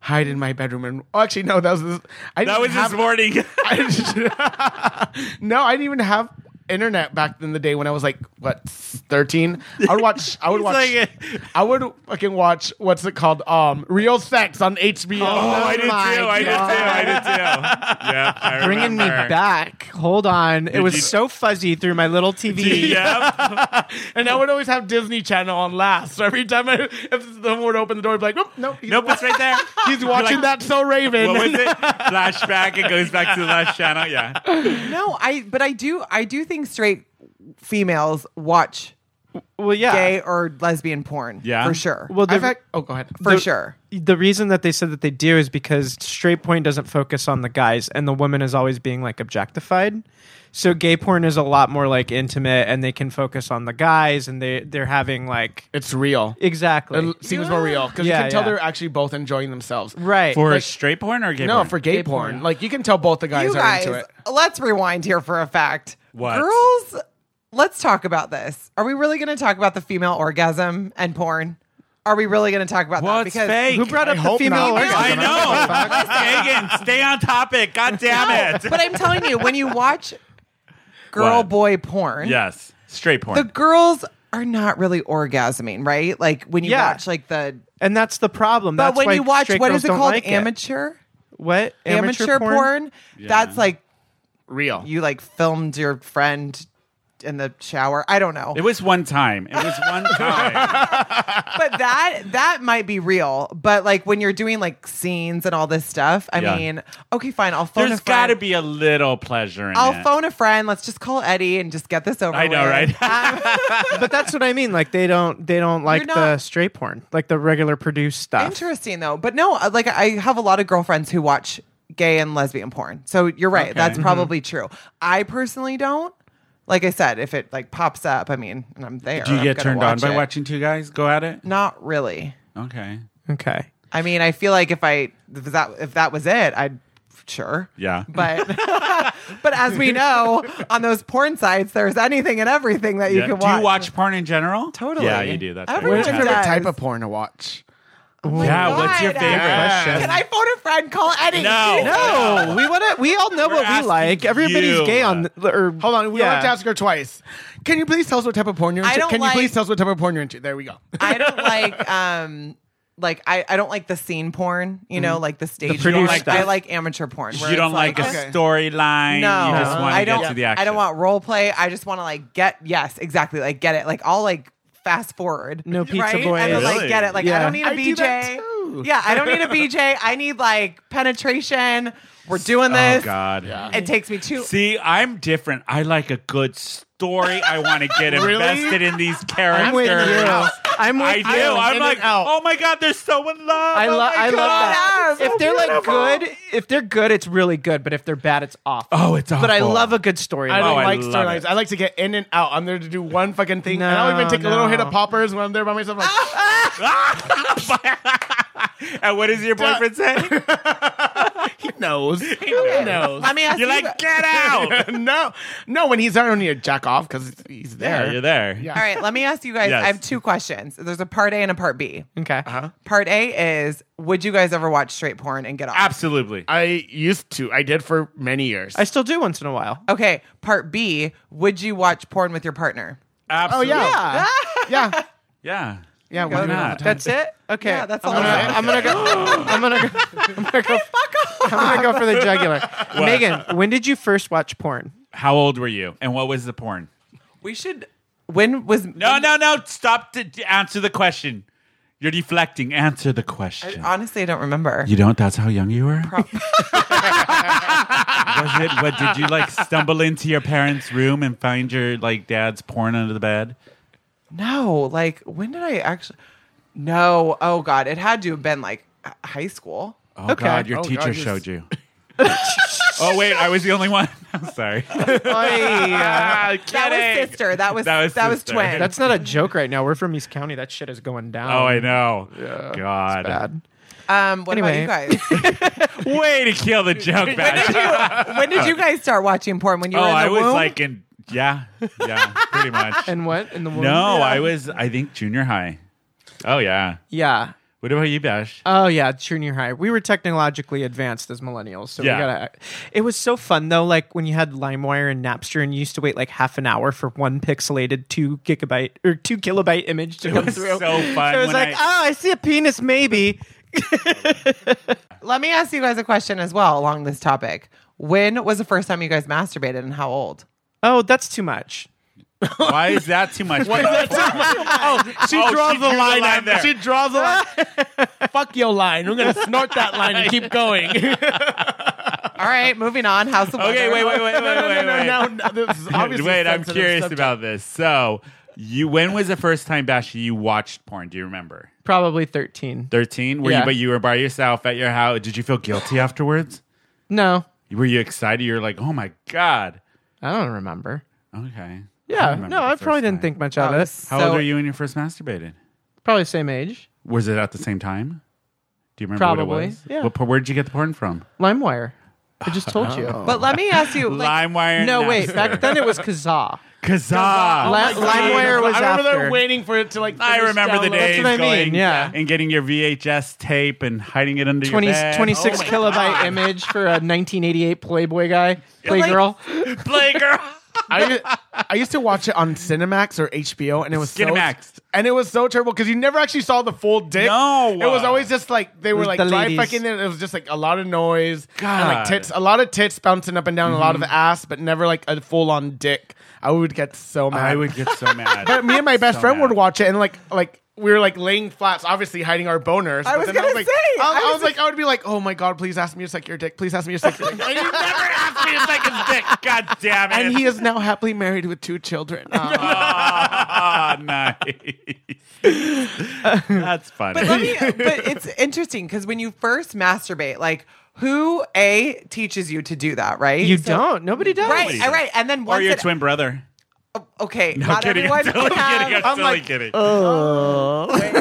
D: hide in my bedroom and oh, actually no, that was this, I
A: That
D: didn't
A: was this
D: have-
A: morning.
D: I just- no, I didn't even have internet back in the day when I was like what thirteen. I would watch. I would
A: He's
D: watch.
A: like-
D: I would fucking watch. What's it called? Um, Real Sex on HBO.
A: oh, I did too. I did too. I did too. Yeah, I
C: Bringing me
A: remember.
C: back. Hold on. It was
A: you-
C: so fuzzy through my little TV.
A: Yep.
D: and I would always have Disney Channel on last. So every time I, if someone would open the door, I'd be like, nope, nope, he's,
A: nope, it's right there.
D: he's watching
A: Like-
D: that. So Raven.
A: What was it? Flashback. It goes back to the last channel. Yeah.
B: no, I. But I do. I do think straight females watch
C: Well, yeah.
B: gay or lesbian porn.
A: Yeah.
B: for sure.
C: Well, the,
D: I've had- oh, go ahead.
B: for
C: the-
B: sure.
C: the reason that they said that they do is because straight porn doesn't focus on the guys and the woman is always being like objectified so gay porn is a lot more like intimate and they can focus on the guys and they they're having like
D: It's real.
C: exactly
D: It seems more real because
C: Yeah,
D: you can tell
C: yeah.
D: they're actually both enjoying themselves.
C: right
A: For
D: Like-
A: straight porn or gay
D: No,
A: porn?
D: for gay, porn. Like you can tell both the guys,
B: you guys,
D: are into it.
B: let's rewind here for a fact.
A: What?
B: girls? Let's talk about this. Are we really going to talk about the female orgasm and porn? Are we really going to talk about
A: Well,
B: that?
A: it's fake.
C: who brought up
D: I
C: the
D: hope
C: female
D: not.
C: orgasm?
A: I know. Megan, stay on topic. God damn
B: No,
A: it.
B: but I'm telling you, when you watch girl
A: What?
B: boy porn,
A: yes. Straight porn.
B: the girls are not really orgasming, right? Like when you
C: Yeah.
B: watch like the
C: and that's the problem
B: but
C: that's
B: when
C: why
B: you watch
C: straight
B: what
C: girls
B: is it
C: don't
B: called?
C: like
B: amateur?
C: what
B: Amateur, porn? That's like
D: Real.
B: you like filmed your friend in the shower. I don't know.
A: It was one time. It was one time.
B: but that that might be real. But like when you're doing like scenes and all this stuff, I
A: Yeah.
B: mean, okay, fine. I'll phone
A: There's
B: a
A: got
B: friend.
A: to be a little pleasure in
B: I'll
A: it.
B: phone a friend. Let's just call Eddie and just get this over.
A: I know,
B: with.
A: right?
C: but that's what i mean like they don't they don't like
B: You're
C: the
B: not-
C: straight porn like the regular produced stuff
B: Interesting though, but no, uh, like I have a lot of girlfriends who watch gay and lesbian porn. So you're right;
A: Mm-hmm.
B: that's probably true. I personally don't. Like I said, if it like pops up, I mean, and I'm there.
A: Do you
B: I'm
A: get
B: gonna
A: turned on
B: watch
A: by
B: it.
A: watching two guys go at it?
B: Not really.
A: Okay.
C: okay
B: I mean, I feel like if I if that if that was it, I'd sure.
A: Yeah.
B: But but as we know, on those porn sites, there's anything and everything that you
A: Yeah.
B: can
A: Do
B: watch.
A: you watch porn in general?
B: Totally.
A: Yeah, you do. That's
B: Everyone
A: right.
D: What's your favorite
B: does.
D: type of porn to watch?
A: Yeah, what's your
B: God.
A: favorite?
B: Can I phone a friend? Call Eddie.
A: No.
C: No, Oh, we want to. We all know what we
A: asking
C: like. Everybody's
A: you.
C: gay on. the- Or
D: Hold on, we
C: yeah.
D: don't have to ask her twice. Can you please tell us what type of porn you're
B: I
D: into?
B: don't
D: Can
B: like-
D: you please tell us what type of porn you're into? There we go.
B: I don't like um like I, I don't like the scene porn, you
A: Mm-hmm.
B: know, like the stage
C: produced
B: porn. Like, I
C: stuff.
B: like amateur porn. where
A: You don't
B: it's
A: like, a
D: okay.
A: storyline.
B: no,
A: You just want to
B: I don't.
A: get to the action.
B: I don't want role play. I just want to like get yes, exactly. Like get it. Like I'll like fast forward.
C: No pizza
B: right?
C: boys.
B: And then, like
A: Really?
B: get it. Like
C: Yeah.
B: I don't need a
D: I do that
B: BJ.
D: too.
C: Woo!
B: Yeah, I don't need a BJ. I need like penetration. We're doing
A: Oh
B: this.
A: God.
B: It takes me two.
A: See, I'm different. I like a good story. I want to get invested in these characters.
C: I'm with you. I'm with
A: I
C: you.
A: do. I'm
C: In
A: like,
C: and out.
A: oh my god, they're so in love.
C: I
A: oh
C: love.
A: my
C: I love
A: God.
C: that.
B: Yes, so
C: if they're
B: beautiful.
C: like good, if they're good, it's really good. But if they're bad, it's awful.
A: Oh, it's
C: But I
A: awful.
C: love a good story.
D: I
A: Oh,
D: don't
A: I
D: like
A: love
D: storylines.
A: it.
D: I like to get in and out. I'm there to do one fucking thing, and
C: No,
D: I'll even take a little
C: no.
D: hit of poppers when I'm there by myself. Like,
A: And what does your boyfriend say?
D: he knows. He knows.
B: Let me ask
A: You're
B: you.
A: like, get out.
D: no, no. When he's there, I don't need to jack off because he's there.
A: Yeah, you're there.
B: all right, let me ask you guys.
A: Yes.
B: I have two questions. There's a part A and a part B.
C: okay.
B: Part A is Would you guys ever watch straight porn and get off?
A: Absolutely.
C: Oh,
D: I used to. I did for many years.
C: I still do once in a while.
B: Okay. Part B Would you watch porn with your partner?
D: oh
A: Absolutely.
D: yeah,
C: Yeah.
D: yeah,
A: Yeah.
D: yeah.
A: Why
D: why
A: not?
C: That's it. Okay.
B: Yeah, that's
C: I'm
B: all
C: gonna,
B: I
C: I'm gonna go. I'm gonna go. I'm gonna go. I'm gonna go for the jugular. Megan, when did you first watch porn?
A: How old were you? And what was the porn?
B: We should. When was.
A: No, no, no. Stop to to answer the question. You're deflecting. Answer the question.
B: Honestly, I don't remember.
A: you don't? That's how young you were? was it, what, did you like stumble into your parents' room and find your like dad's porn under the bed?
B: No, like when did I actually? No, oh god, it had to have been like h- high school.
A: Oh,
C: Okay.
A: God. Your
D: Oh,
A: teacher
D: God, you're s-
A: showed you. oh, wait. I was the only one. I'm sorry.
B: That
A: Kidding.
B: was sister. That was
A: That
B: that
A: was
B: was,
A: sister.
B: twin.
C: That's not a joke right now. We're from East County. That shit is going down.
A: Oh, I know. God.
C: Bad.
B: um. What about
C: Anyway.
B: you guys?
A: Way to kill the joke back.
B: when did you guys start watching porn? When you
A: Oh,
B: were in the
A: I was
B: womb?
A: like in yeah, yeah, pretty much.
C: And what in the world?
A: no, I was I think junior high. Oh yeah.
C: Yeah.
A: What about you, Bash?
C: Oh yeah, junior high. We were technologically advanced as millennials, so
A: Yeah.
C: we gotta. It was so fun though, like when you had LimeWire and Napster, and you used to wait like half an hour for one pixelated two gigabyte or two kilobyte image to come
A: was
C: through.
A: so fun
C: It was
A: when
C: like,
A: I-
C: oh, I see a penis, maybe.
B: Let me ask you guys a question as well along this topic. When was the first time you guys masturbated, and how old?
C: Oh, that's too much.
A: Why is that too much?
D: She
A: Oh,
D: draws
A: she drew the
D: the line.
A: line
D: at-
A: there.
D: She draws the line. Fuck your line. We're gonna snort that line and keep going.
B: All right, moving on. House of
A: okay,
B: Leather.
A: wait, wait, wait, wait,
D: no,
A: wait,
D: no,
A: wait.
D: no, no, no. This is obviously
A: wait,
D: a
A: I'm
D: sensitive
A: curious
D: subject.
A: about this. So, you when was the first time Bash you watched porn? Do you remember?
C: Probably thirteen.
A: 13? Were you
C: Yeah.
A: but you were by yourself at your house. Did you feel guilty afterwards?
C: No,
A: Were you excited? You're like, "Oh my god."
C: I don't remember.
A: Okay. I
C: Yeah,
A: remember
C: no,
A: the
C: I
A: first
C: probably didn't
A: time.
C: think
B: Oh,
C: much of it.
A: How
B: So-
A: old were you when you first masturbated?
C: Probably same age.
A: Was it at the same time? Do you remember what it
C: Probably,
A: was?
C: yeah.
A: What, por- where did you get the porn from?
C: LimeWire. I just told
A: Oh.
C: you.
B: But let me ask you. Like,
A: LimeWire.
C: no, wait. Back then it was Kazaa.
A: Kazaa.
C: La- LimeWire was
D: I remember
C: after.
D: they're waiting for it to like.
A: I
D: finish
A: remember the
D: download.
A: days
C: what I mean,
A: going
C: yeah.
A: and getting your VHS tape and hiding it under
C: 20,
A: your bed. Oh
C: 26 kilobyte image for a 1988 Playboy guy, Playgirl.
A: Playgirl.
D: I, I used to watch it on Cinemax or HBO, and it was
A: Cinemax.
D: so, and it was so terrible because you never actually saw the full dick.
A: No.
D: it was always just like they were
C: was
D: like
C: the
D: dry
C: ladies.
D: fucking, and it was just like a lot of noise, and
A: God. Mm-hmm.
D: like tits, a lot of tits bouncing up and down, a lot of ass, but never like a full on dick. I would get so mad.
A: I would get so mad.
D: But me and my best
A: So
D: friend
A: mad.
D: would watch it, and like like. We were like laying flats, obviously hiding our boners. but
B: was
D: then
B: gonna
D: like,
B: say,
D: I,
B: I
D: I
B: was
D: was like, I would be like, oh my god, please ask me to suck your dick. Please ask me to suck your dick.
A: you never asked me to suck his dick. God damn it.
D: and he is now happily married with two children. Uh,
A: Ah, nice. That's funny.
B: But let me. but it's interesting because when you first masturbate, like who a teaches you to do that, right?
C: You
B: So-
C: don't. Nobody does.
B: Right,
A: does.
B: all right, and then
A: or
B: once
A: your
B: it,
A: twin brother.
B: okay,
A: No,
B: not
A: kidding.
B: everyone
A: I'm totally
B: can have-
A: kidding. I'm, totally kidding. I'm kidding.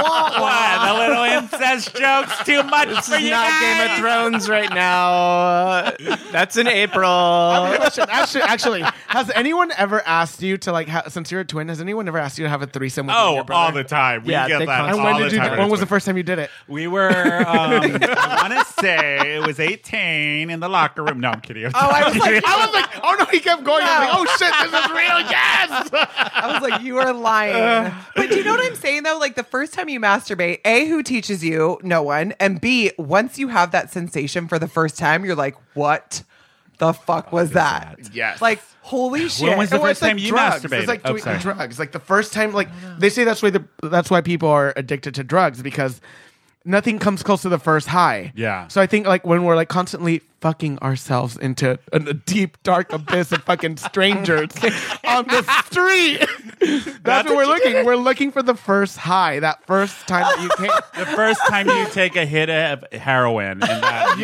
A: what? The little incest jokes too much for you
C: Not Game of
A: guys?
C: Thrones right now. That's in April.
D: Question. Actually, actually, has anyone ever asked you to like? Ha- since you're a twin, has anyone ever asked you to have a threesome with you and
A: Oh,
D: your brother?
A: all the time. We
C: Yeah,
A: get
C: they
A: that
C: constantly-
D: And
A: all
D: when
A: the
D: did you?
A: time.
D: When was the first time you did it?
A: We were, um, I want to say it was 18 in the locker room. No, I'm kidding. I'm
B: Oh, I was
A: kidding.
B: like,
D: I was like, oh no, he kept going. I was like, oh shit, this is real. Yes.
B: I was like, you are lying.
A: Uh.
B: but do you know what I'm saying though? Like the first time you masturbate, a who teaches you? No one. And b once you have that sensation for the first time, you're like, what the fuck was that?
D: Yes.
B: Like, holy shit.
A: was the
D: And well,
A: first
D: it's like
A: time you
D: drugs.
A: masturbated?
D: It's like
A: Oh,
D: doing
A: sorry.
D: drugs. Like the first time, like they say that's why the that's why people are addicted to drugs because nothing comes close to the first high.
A: Yeah.
D: So I think like when we're like constantly fucking ourselves into an, a deep dark abyss of fucking strangers on the street. that's, what we're looking. We're looking for the first high. That first time that you came.
A: The first time you take a hit of heroin and that,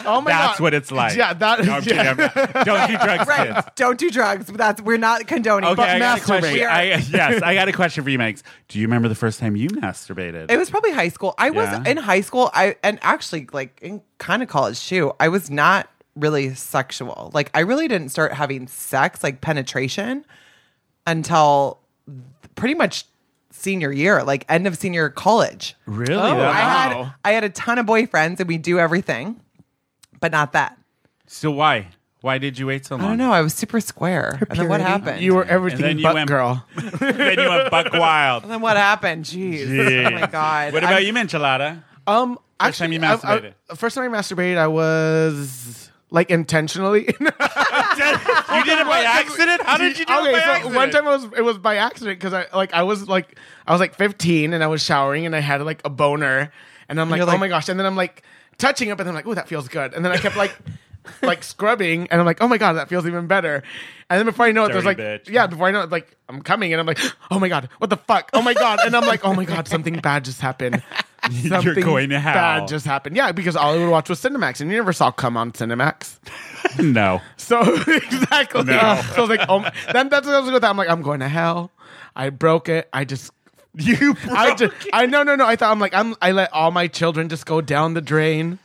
A: yeah,
D: Oh my
A: that's
D: God.
A: what it's like.
D: Yeah, that is-
A: No, I'm kidding.
D: yeah.
A: I'm not- Don't do drugs,
B: Right.
A: kids.
B: Don't do drugs. That's we're not condoning.
A: Okay, I got a
D: masturbate.
A: question.
B: We are-
A: I, yes, I got a question for you, Max. Do you remember the first time you masturbated?
B: It was probably high school. I
A: Yeah.
B: was in high school. I and actually like in kind of college too. I was not really sexual. Like I really didn't start having sex like penetration until pretty much senior year, like end of senior college. Oh,
A: really?
B: I
D: Wow.
B: had I had a ton of boyfriends and we do everything, but not that.
A: so why? Why did you wait so long?
B: I don't know. I was super square. and then what happened?
D: You were everything
A: then you
D: but
A: went-
D: girl.
A: then you went buck wild.
B: and then what happened? Jeez.
A: Jeez.
B: Oh my god.
A: What about
B: I'm-
A: you, Michelada?
D: Um,
A: First time
D: actually,
A: you
D: I- I-
A: masturbated.
D: the first time I masturbated, I was like intentionally.
A: you did it by accident? How did you do
D: okay,
A: it by
D: so
A: accident?
D: one time I was it was by accident because I like I was like I was like 15 and I was showering and I had like a boner and I'm like,
B: you're
D: oh
B: like-
D: my gosh and then I'm like touching up and I'm like oh that feels good and then I kept like like scrubbing and I'm like oh my god that feels even better and then before I know it there's like
A: Dirty bitch.
D: yeah before I know it like I'm coming and I'm like oh my god what the fuck oh my god and I'm like oh my god something bad just happened. Something
A: going to hell.
D: bad just happened. Yeah, because all I would watch was Cinemax, and you never saw come on Cinemax.
A: no.
D: So exactly.
A: No.
D: So I was like, oh, my- then that's what I was with. that. I'm like, I'm going to hell. I broke it. I just.
A: You
D: I just, I no no no. I thought I'm like I'm. I let all my children just go down the drain.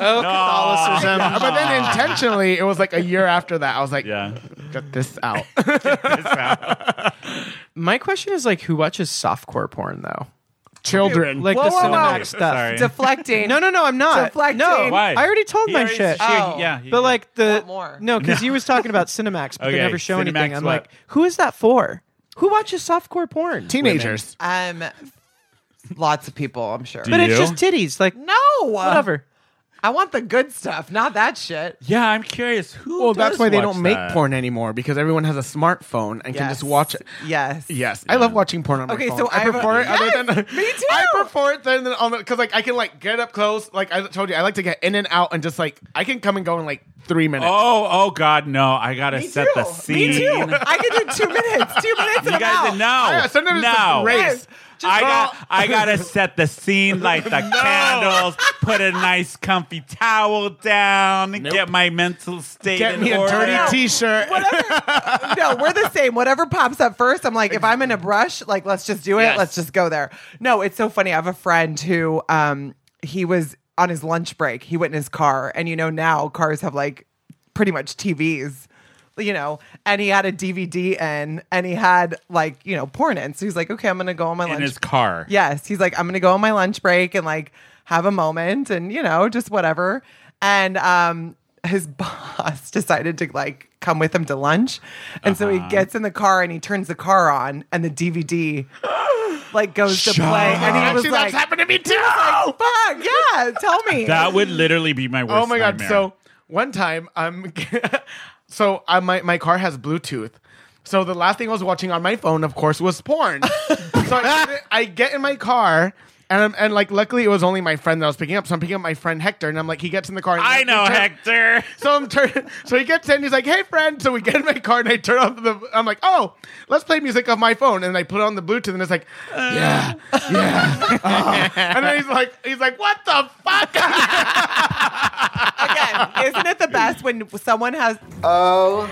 C: Oh, Catholicism.
D: But then intentionally, it was like a year after that. I was like,
A: Yeah.
D: get this out.
C: My question is like, who watches softcore porn though?
D: children,
C: Like
B: Whoa,
C: the
B: whoa, whoa.
C: cinematic stuff.
A: Sorry.
B: deflecting?
C: No, no, no. I'm not.
B: Deflecting.
C: No,
A: Why?
C: I already told
A: He
C: my
A: already-
C: shit.
A: she-
B: Oh.
A: Yeah. he-
C: But like the
B: want more.
C: no, because you was talking about Cinemax, but
A: Okay,
C: they never show anything.
A: Cinemax
C: I'm
A: what?
C: like, who is that for? Who watches softcore porn?
D: teenagers.
B: Um, lots of people, I'm sure.
A: Do
C: But
A: You?
C: it's just titties. Like
B: no,
C: whatever.
B: I want the good stuff, not that shit.
A: yeah, I'm curious. Who
D: Well, that's
A: does
D: why they
A: watch
D: don't make
A: that?
D: porn anymore because everyone has a smartphone and can just watch it.
B: Yes.
D: Yes, I love watching porn on my
B: Okay,
D: phone.
B: so I
D: I
B: have a-
D: prefer it other
B: Yes,
D: than
B: me too.
D: I prefer it than than on the because like I can like get up close. Like I told you, I like to get in and out and just like I can come and go in like three minutes.
A: Oh, oh God, no! I gotta
B: Me
A: set
B: too.
A: the scene.
B: Me too. I can do two minutes. Two minutes. and
A: You
B: I'm
A: guys,
B: out.
A: no,
D: yeah, sometimes it's
A: no.
D: a race.
A: I got,
D: Just-
A: I gotta set the scene, like the candles, put a nice comfy towel down, get my mental state
D: get
A: in
D: me a
A: order.
D: dirty
B: No.
D: t-shirt.
B: Whatever. no, we're the same. Whatever pops up first, I'm like, if I'm in a rush, like let's just do it.
A: Yes.
B: Let's just go there. No, it's so funny. I have a friend who um he was on his lunch break. He went in his car, and you know now cars have like pretty much TVs. You know, and he had a DVD in, and he had like you know porn in. So he's like, okay, I'm gonna go on my
A: in
B: lunch
A: his car.
B: Yes. He's like, I'm going to go on my lunch break and like have a moment and, you know, just whatever. And um, his boss decided to like come with him to lunch. And so he gets in the car and he turns the car on and the DVD like goes to play. And he was
D: Actually,
B: like,
D: that's happened to me too.
B: fuck, yeah, tell me.
A: That would literally be my worst.
D: Oh my god!
A: nightmare.
D: So one time, I'm so I, my my car has Bluetooth. So the last thing I was watching on my phone, of course, was porn. so I, I get in my car. And, I'm, and like luckily it was only my friend that I was picking up, so I'm picking up my friend Hector, and I'm like he gets in the car. And
A: I
D: he
A: know
D: turns-
A: Hector.
D: So I'm turning. So he gets in. He's like, "Hey, friend." So we get in my car and I turn off the. I'm like, "Oh, let's play music off my phone." And I put on the Bluetooth and it's like, "Yeah, yeah." oh." And then he's like, "He's like, what the fuck?"
B: Again, isn't it the best when someone has oh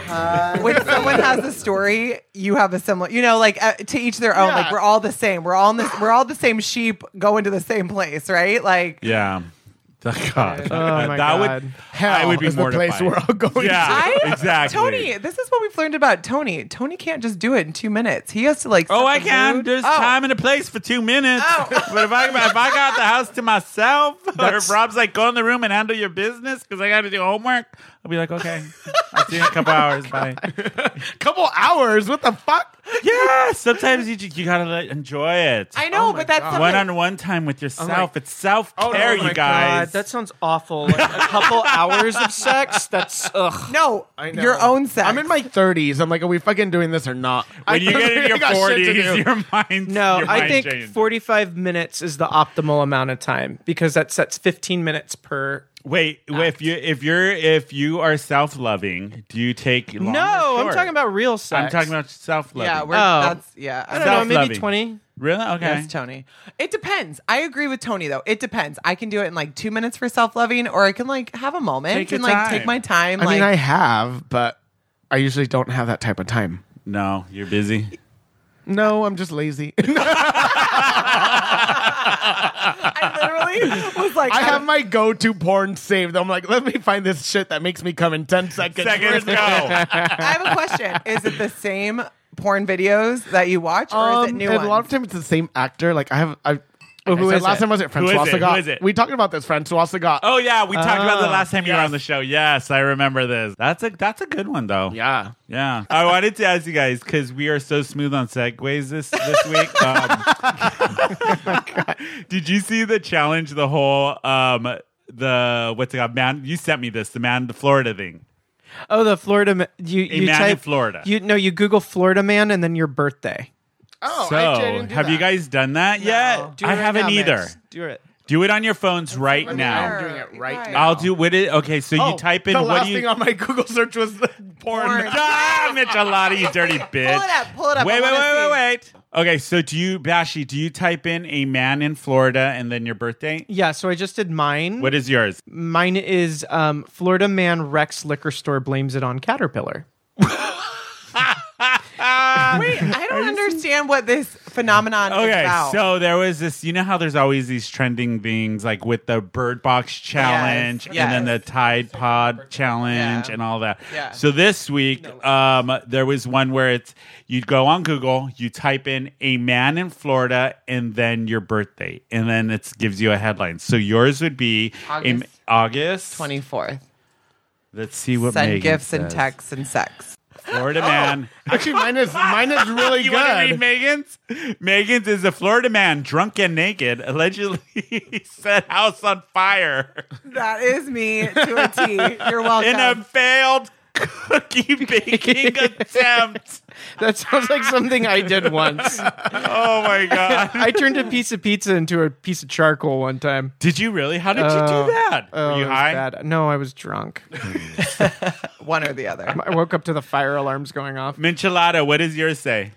B: when someone has a story you have a similar you know like uh, to each their own
D: Yeah.
B: like we're all the same we're all in this we're all the same sheep going to the same place right like
A: Yeah. Oh, God.
C: Oh, my
A: that would
C: God.
A: hell I would be
D: is the
A: mortified.
D: place we're all going
A: Yeah,
B: I-
A: exactly.
B: Tony, this is what we've learned about Tony. Tony can't just do it in two minutes. He has to like.
A: Oh,
B: set
A: I
B: the
A: can.
B: mood.
A: There's
B: Oh.
A: time and a place for two minutes. But if I if I got the house to myself, or if Rob's like, go in the room and handle your business because I got to do homework. I'll be like, okay, I'll see you in a couple hours. Bye.
D: Couple hours? What the fuck?
A: Yeah, sometimes you ju- you gotta let, enjoy it.
B: I know,
D: Oh my
B: but that's
D: God.
B: something-
A: One on one time with yourself. it's self
D: Oh, no,
A: care,
D: oh
A: you
D: my
A: guys.
C: God, that sounds awful. Like, a couple hours of sex. That's ugh.
B: no,
D: I know.
B: your own sex.
D: I'm in my 30s. I'm like, are we fucking doing this or not?
A: when you get in your forties,
D: you're
A: your mind.
C: No,
A: your
C: I
A: mind
C: think
A: changes.
C: 45 minutes is the optimal amount of time because that sets 15 minutes per.
A: Wait, wait, if you if you're if you are self loving, do you take long or
C: no, I'm
A: short?
C: talking about real sex.
A: I'm talking about self loving.
B: yeah, we're
C: Oh.
B: that's yeah.
C: I don't know, maybe
A: self-loving.
C: 20.
A: really okay.
B: Yes, Tony. It depends. I agree with Tony though. It depends. I can do it in like two minutes for self loving, or I can like have a moment
A: Take your
B: and like
A: time.
B: take my time.
D: I
B: like
D: mean, I have, but I usually don't have that type of time.
A: no, you're busy.
D: No, I'm just lazy.
B: I literally was like,
D: I have my go-to porn saved. I'm like, let me find this shit that makes me come in 10 seconds.
A: Seconds go.
B: I have a question. Is it the same porn videos that you watch, or is it
D: Um,
B: new
D: and
B: ones?
D: A lot of times it's the same actor. Like I have, I. who
C: is
D: last
C: it?
D: time was it
A: Who is
D: Francois
A: it?
D: Sagat?
A: Who is it?
D: We talked about this Francois Sagat.
A: Oh yeah, we talked about that last time you were
D: yes.
A: on the show. Yes, I remember this. That's a that's a good one though.
D: yeah.
A: Yeah. I wanted to ask you guys because we are so smooth on segues this this week. Um, did you see the challenge? The whole um the what's it called? Man, you sent me this the man the Florida thing.
C: Oh, the Florida. ma- You,
A: A
C: you
A: man in
C: type
A: Florida.
C: You no, you Google Florida man and then your birthday.
D: Oh,
A: so have you guys done that yet? I haven't either.
C: Do it.
A: Do it on your phones right
D: I'm
A: now.
D: doing it right
B: Right.
D: now.
A: I'll do what it. Okay, so
D: Oh,
A: you type in
D: the
A: what
D: last
A: do you
D: thing on my Google search was the porn.
B: Porn.
A: Ah, Michelotta, you dirty bitch.
B: Pull it up, pull it up, I
A: Wait, wait,
B: wanna
A: wait,
B: see.
A: wait, wait. Okay, so do you, Bashi, do you type in a man in Florida and then your birthday?
C: Yeah, so I just did mine.
A: What is yours?
C: Mine is um, Florida man Rex liquor store blames it on caterpillar.
B: Wait, I don't understand what this phenomenon is
A: Um, Okay,
B: about.
A: so there was this. You know how there's always these trending things, like with the Bird Box challenge,
B: yes.
A: and then the Tide Pod challenge,
B: Yeah.
A: and all that.
B: Yeah.
A: So this week, um, there was one where it's you'd go on Google, you type in a man in Florida, and then your birthday, and then it gives you a headline. So yours would be August.
B: August.
A: August.
B: twenty fourth.
A: Let's see what
B: Send
A: Megan
B: gifts and
A: says.
B: texts and sex.
A: Florida man.
D: Actually, mine is mine is really
A: you want to read
D: good.
A: Megan's? Megan's is a Florida man, drunk and naked, allegedly set house on fire
B: That is me to a T. You're welcome.
A: in a failed cookie baking attempt.
C: That sounds like something I did once.
A: Oh my god!
C: I turned a piece of pizza into a piece of charcoal one time.
A: Did you really? How did you
C: Oh,
A: do that?
C: Oh,
A: Were
C: it
A: you
C: was
A: high?
C: bad. No, I was drunk.
B: One or the other.
C: I woke up to the fire alarms going off.
A: Michelada, what does yours say?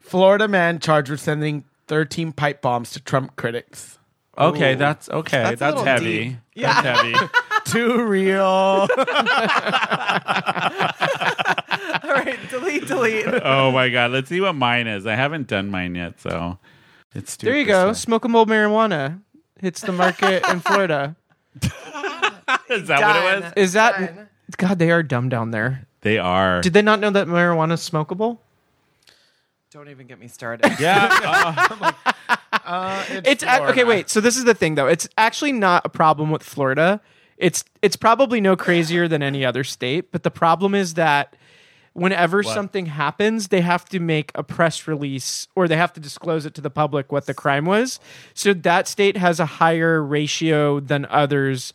D: Florida man charged with sending 13 pipe bombs to Trump critics.
A: Okay, that's okay. That's,
B: little
A: heavy.
B: deep.
A: That's heavy.
D: Too real.
B: All right, delete, delete.
A: oh my god! Let's see what mine is. I haven't done mine yet, so it's
C: There you go. Smokable marijuana hits the market in Florida.
A: Is that what it was?
B: Done.
C: Is that God? They are dumb down there.
A: They are.
C: Did they not know that marijuana is smokable?
B: Don't even get me started.
A: yeah.
C: It's ac- okay. Wait. So this is the thing, though. It's actually not a problem with Florida. It's it's probably no crazier than any other state. But the problem is that whenever something happens, they have to make a press release or they have to disclose it to the public what the crime was. So that state has a higher ratio than others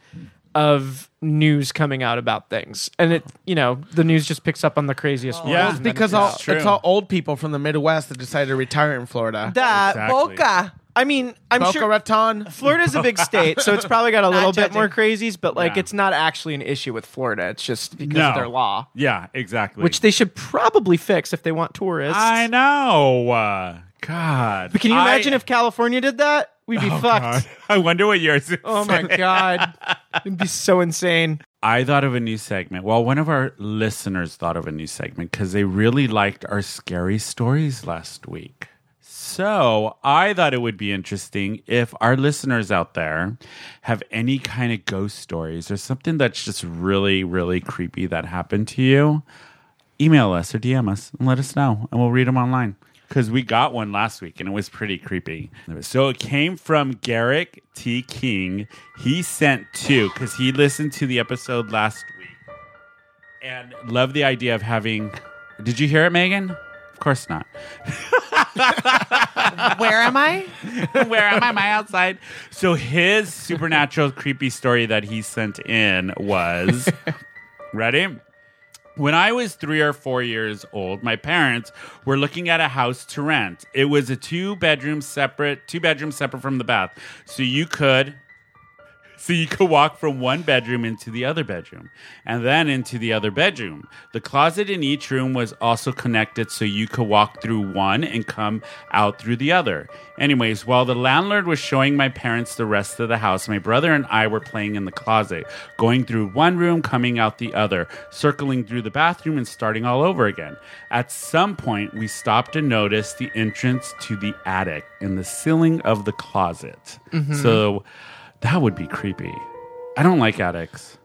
C: of news coming out about things, and it you know the news just picks up on the craziest. ones
A: Yeah.
C: and
D: It's
C: then
D: because
C: it
D: all,
C: goes.
A: true.
D: it's all old people from the Midwest that decided to retire in Florida.
C: that
A: Exactly.
B: Boca.
C: I mean, I'm
D: Boca
C: sure
D: Raton.
C: Florida's a big state, so it's probably got a little bit
B: judging.
C: more crazies, but like
A: Yeah.
C: it's not actually an issue with Florida. It's just because
A: No.
C: of their law,
A: Yeah, exactly.
C: which they should probably fix if they want tourists.
A: I know. Uh, God.
C: But can you
A: I- Oh,
C: imagine if California did that? We'd be fucked.
A: God. I wonder what yours is.
C: Oh my god. It'd be so insane.
A: I thought of a new segment. Well, one of our listeners thought of a new segment because they really liked our scary stories last week. So I thought it would be interesting if our listeners out there have any kind of ghost stories or something that's just really, really creepy that happened to you. Email us or DM us and let us know, and we'll read them online. because we got one last week and it was pretty creepy. So it came from Garrick T. King. He sent two because he listened to the episode last week and loved the idea of having. Did you hear it, Megan? Of course not.
B: Where am I?
A: Where am I? Am I outside? So his supernatural creepy story that he sent in was ready. When I was three or four years old, my parents were looking at a house to rent. It was a two bedroom separate, two bedroom separate from the bath. So you could so you could walk from one bedroom into the other bedroom and then into the other bedroom. The closet in each room was also connected so you could walk through one and come out through the other. Anyways, while the landlord was showing my parents the rest of the house, my brother and I were playing in the closet, going through one room, coming out the other, circling through the bathroom and starting all over again. At some point, we stopped and noticed the entrance to the attic in the ceiling of the closet. So that would be creepy. I don't like addicts.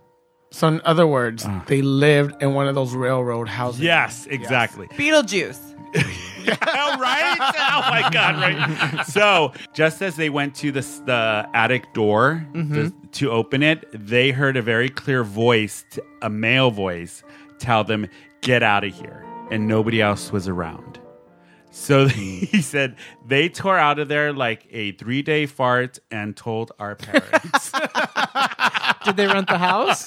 D: So in other words, they lived in one of those railroad houses.
A: Yes, exactly.
B: Beetlejuice.
A: Oh, right? Oh my god, right. So, just as they went to the the attic door to, to open it, they heard a very clear voice, t- a male voice, tell them, "Get out of here." And nobody else was around. So he said they tore out of there like a three day fart and told our parents.
C: Did they rent the house?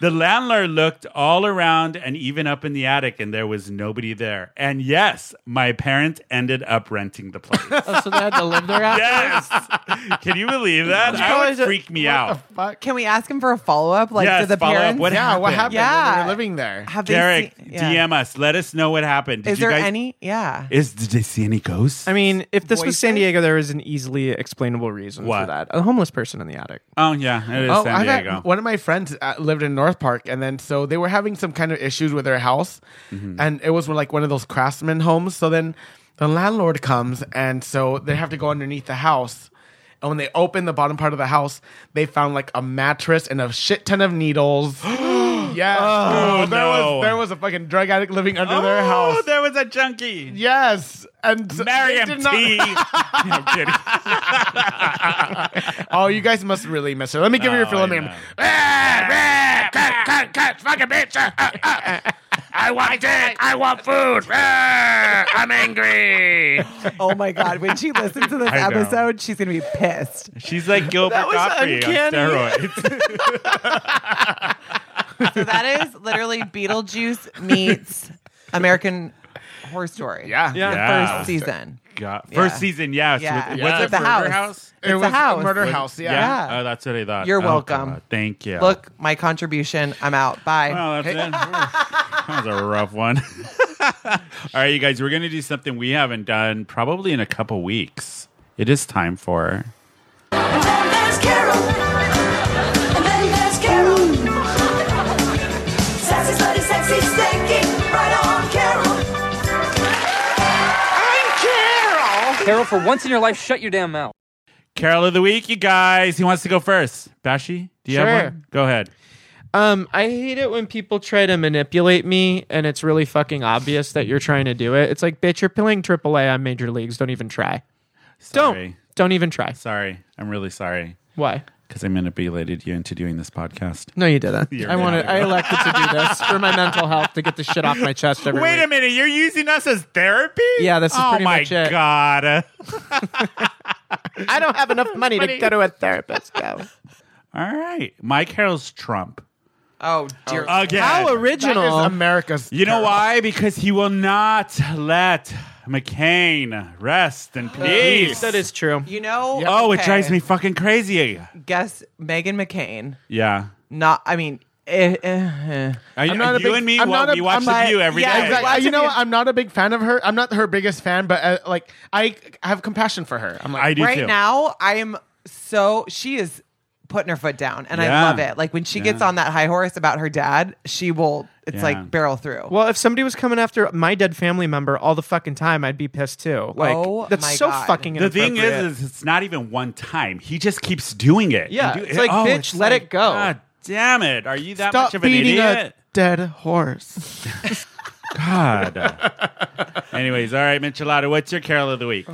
A: The landlord looked all around and even up in the attic, and there was nobody there. And yes, my parents ended up renting the place.
C: oh, so they had to live there after?
A: yes, can you believe that? That would
C: guys-
A: freak me out.
D: Fuck.
B: Can we ask him for a follow up? Like,
A: Yes,
B: did the
A: follow up.
B: parents
A: What
D: Yeah, what happened when
B: Yeah.
D: we were living there?
B: have they
A: Derek,
B: seen- yeah.
A: DM us. Let us know what happened. Did
B: Is
A: you
B: there
A: guys-
B: any? Yeah.
A: Is did they see any ghosts?
C: I mean, if this was San
B: Voices?
C: Diego, there is an easily explainable reason
A: What?
C: for that. A homeless person in the attic.
A: oh yeah, it is
D: Oh,
A: San
D: I've had-
A: Diego.
D: one of my friends uh, lived in North Park, and then so they were having some kind of issues with their house,
A: Mm-hmm.
D: and it was like one of those craftsman homes. So then the landlord comes, and so they have to go underneath the house. And when they opened the bottom part of the house, they found like a mattress and a shit ton of needles. yes, oh, there
A: no.
D: was there was a fucking drug addict living under their house.
A: Oh, there was a junkie.
D: yes, and so they
A: Mariam
D: did
A: T.
D: not-
A: No, I'm kidding.
D: Oh, you guys must really miss her. Let me give you your
A: I
D: full name.
A: know.
D: Ah, ah, Cut, cut, cut, fucking bitch. Ah, ah, ah. I want dick. I want food. Ah, I'm angry.
B: Oh my God. When she listens to this
A: I know.
B: episode, she's going to be pissed.
A: She's like Gilbert
C: was
A: Godfrey on
C: uncanny.
A: steroids.
B: So that is literally Beetlejuice meets American Horror Story.
D: Yeah.
C: Yeah.
A: Yeah.
B: First season.
A: God. First
B: Yeah.
A: season, yes.
B: Yeah.
A: With,
B: Yeah.
A: Was
B: With
A: it
B: the
A: Murder
B: house.
A: House?
D: It
B: It's
D: was
B: a house.
D: murder
B: Was-
D: house. Yeah.
B: Yeah.
A: Oh, that's what I thought.
B: You're
A: Oh,
B: welcome.
A: God. Thank you.
B: Look, my contribution. I'm out. Bye.
A: Well, that's it. that was a rough one. All right, you guys, we're going to do something we haven't done probably in a couple weeks. It is time for.
H: Then there's Carol. And then there's Carol. Sassy, slutty, sexy, stinky. Right on, Carol. I'm Carol.
J: Carol, for once in your life, shut your damn mouth.
A: Carol of the Week, you guys. Who wants to go first? Bashi, do you
C: Sure.
A: have one? Go ahead.
C: Um, I hate it when people try to manipulate me and it's really fucking obvious that you're trying to do it. It's like, bitch, you're playing AAA on major leagues. Don't even try.
A: Sorry.
C: Don't. Don't even try.
A: Sorry. I'm really sorry
C: Why?
A: because I manipulated you into doing this podcast.
C: No, you didn't.
A: You're
C: I wanted.
A: right.
C: I elected to do this for my mental health to get the shit off my chest every
A: Wait
C: week.
A: a minute. You're using us as therapy?
C: Yeah, this is
A: oh
C: pretty
A: my
C: much it.
A: God.
C: I don't have enough money to go to a therapist. Though.
A: All right. My Carol's Trump.
B: oh, dear.
A: Again.
C: How er-
D: That is
C: original!
D: America's.
A: You know why? Because he will not let McCain rest in peace.
C: that is true.
B: you know,
A: Oh, it
B: okay.
A: drives me fucking crazy.
B: Guess Megan McCain.
A: Yeah.
B: Not, I mean, eh, eh, eh.
A: I,
D: I'm not a
A: you
D: big-
A: and me,
D: I'm
A: well,
D: not a-
A: we watch
D: I'm
A: the
B: not-
A: view every day.
B: yeah,
D: Exactly.
B: Lots
D: you
B: of
D: know,
B: you-
D: I'm not a big fan of her. I'm not her biggest fan, but uh, like I have compassion for her. I'm like,
A: I do
B: right
A: too.
B: now I am so she is putting her foot down and
A: Yeah.
B: I love it. Like when she gets
A: Yeah.
B: on that high horse about her dad, she will it's
A: Yeah.
B: like barrel through.
C: Well, if somebody was coming after my dead family member all the fucking time, I'd be pissed too. Like
B: Oh
C: that's
B: my
C: so
B: God.
C: fucking.
A: The thing
C: inappropriate.
A: is, is, it's not even one time. He just keeps doing it.
C: Yeah,
A: And do-
C: it's like, bitch,
A: it's
C: let it go.
A: God damn it. Are you that
D: stop
A: much of an
D: beating
A: idiot?
D: a dead horse.
A: God. Anyways, all right, Michelada, what's your Carol of the Week?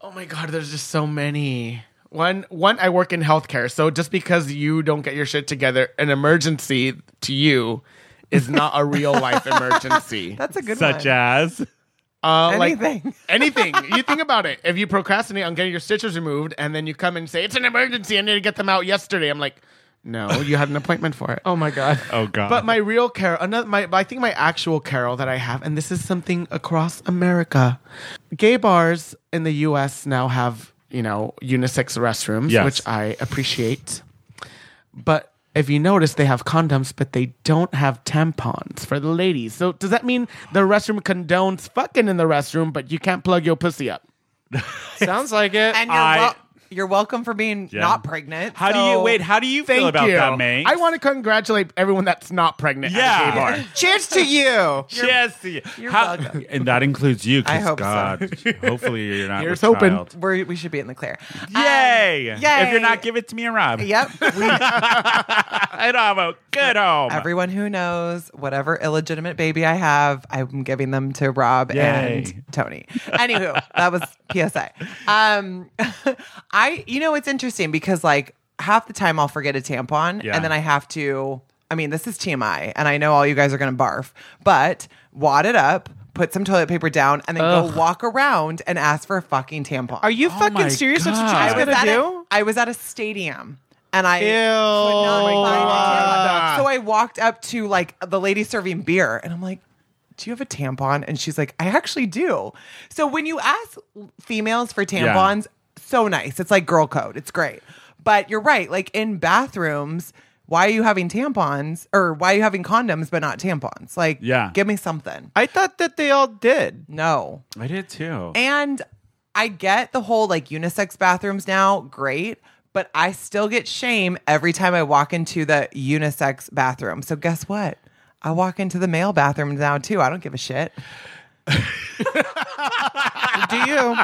D: Oh my god, there's just so many. One one I work in healthcare, so just because you don't get your shit together, an emergency to you is not a real life emergency.
B: That's a good
A: Such
B: one.
A: as
D: Uh, like-
B: Anything.
D: anything. You think about it. If you procrastinate on getting your stitches removed and then you come and say, It's an emergency, I need to get them out yesterday. I'm like, No, you had an appointment for it.
C: Oh my god.
A: oh God,
D: But my real Carol, another, my, I think my actual Carol that I have, and this is something across America. Gay bars in the U.S. now have you know unisex restrooms,
A: Yes.
D: which I appreciate. But if you notice, they have condoms, but they don't have tampons for the ladies. So does that mean the restroom condones fucking in the restroom, but you can't plug your pussy up?
C: Sounds like it.
B: And you're,
A: I-
B: wel- you're welcome for being not pregnant.
A: how do
B: so-
A: you wait? How do you feel
D: Thank
A: about
D: you.
A: that, May?
D: I want to congratulate everyone that's not pregnant.
A: Yeah.
D: At a gay bar.
C: Cheers to you.
A: Cheers to you.
B: you're
A: How-
B: welcome.
A: and that includes you. 'cause
B: I hope so.
A: God, hopefully you're not.
D: Here's
A: with
D: hoping.
A: child.
B: We're, we should be in the clear. Um,
A: Yay! If you're
B: yay.
A: not, give it to me and Rob.
B: Yep. We,
A: I'd have a good home.
B: everyone who knows whatever illegitimate baby I have, I'm giving them to Rob
A: Yay.
B: and Tony. Anywho, that was PSI. Um, I, you know, it's interesting because like half the time I'll forget a tampon
A: Yeah.
B: and then I have to. I mean, this is TMI, and I know all you guys are going to barf, but wad it up, put some toilet paper down, and then go walk around and ask for a fucking tampon.
C: Are you
A: Oh my
C: fucking serious? That's what you
A: God.
C: guys
B: I was,
C: gotta
B: at
C: do?
B: a, I was at a stadium and I could
C: Ew.
B: not find
D: God.
B: a tampon. So I walked up to like the lady serving beer and I'm like, do you have a tampon? And she's like, I actually do. So when you ask females for tampons, so nice. It's like girl code. It's great. But you're right. Like in bathrooms, why are you having tampons or why are you having condoms but not tampons? Like,
A: Yeah.
B: give me something.
C: I thought that they all did.
B: No.
A: I did too.
B: And I get the whole like unisex bathrooms now, great, but I still get shame every time I walk into the unisex bathroom. So guess what? I walk into the male bathroom now too. I don't give a shit.
C: Do you?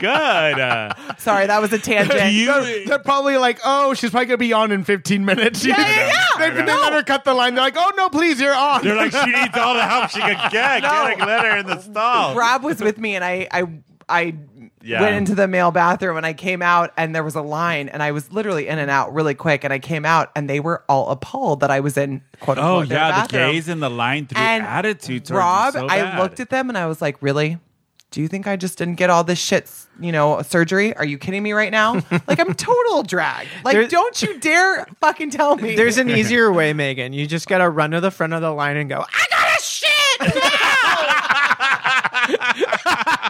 A: good. Uh,
B: Sorry, that was a tangent.
A: you,
D: They're, they're probably like, oh, she's probably gonna be on in 15 minutes. Yeah,
B: yeah, yeah.
D: They, they let her cut the line. They're like, oh no, please, you're on.
A: they're like, she needs all the help she could get. Get a letter in the stall.
B: Rob was with me, and I, I, I
A: Yeah.
B: went into the male bathroom, and I came out, and there was a line, and I was literally in and out really quick, and I came out, and they were all appalled that I was in quote
A: Oh
B: unquote. their
A: yeah, the
B: bathroom.
A: gaze in the line through
B: and
A: attitude towards
B: Rob,
A: you so bad.
B: I looked at them and I was like, really? Do you think I just didn't get all this shit, you know, surgery? Are you kidding me right now? like I'm total drag. Like
C: There-
B: don't you dare fucking tell me.
C: There's an easier way, Megan. You just gotta run to the front of the line and go. "Ah!"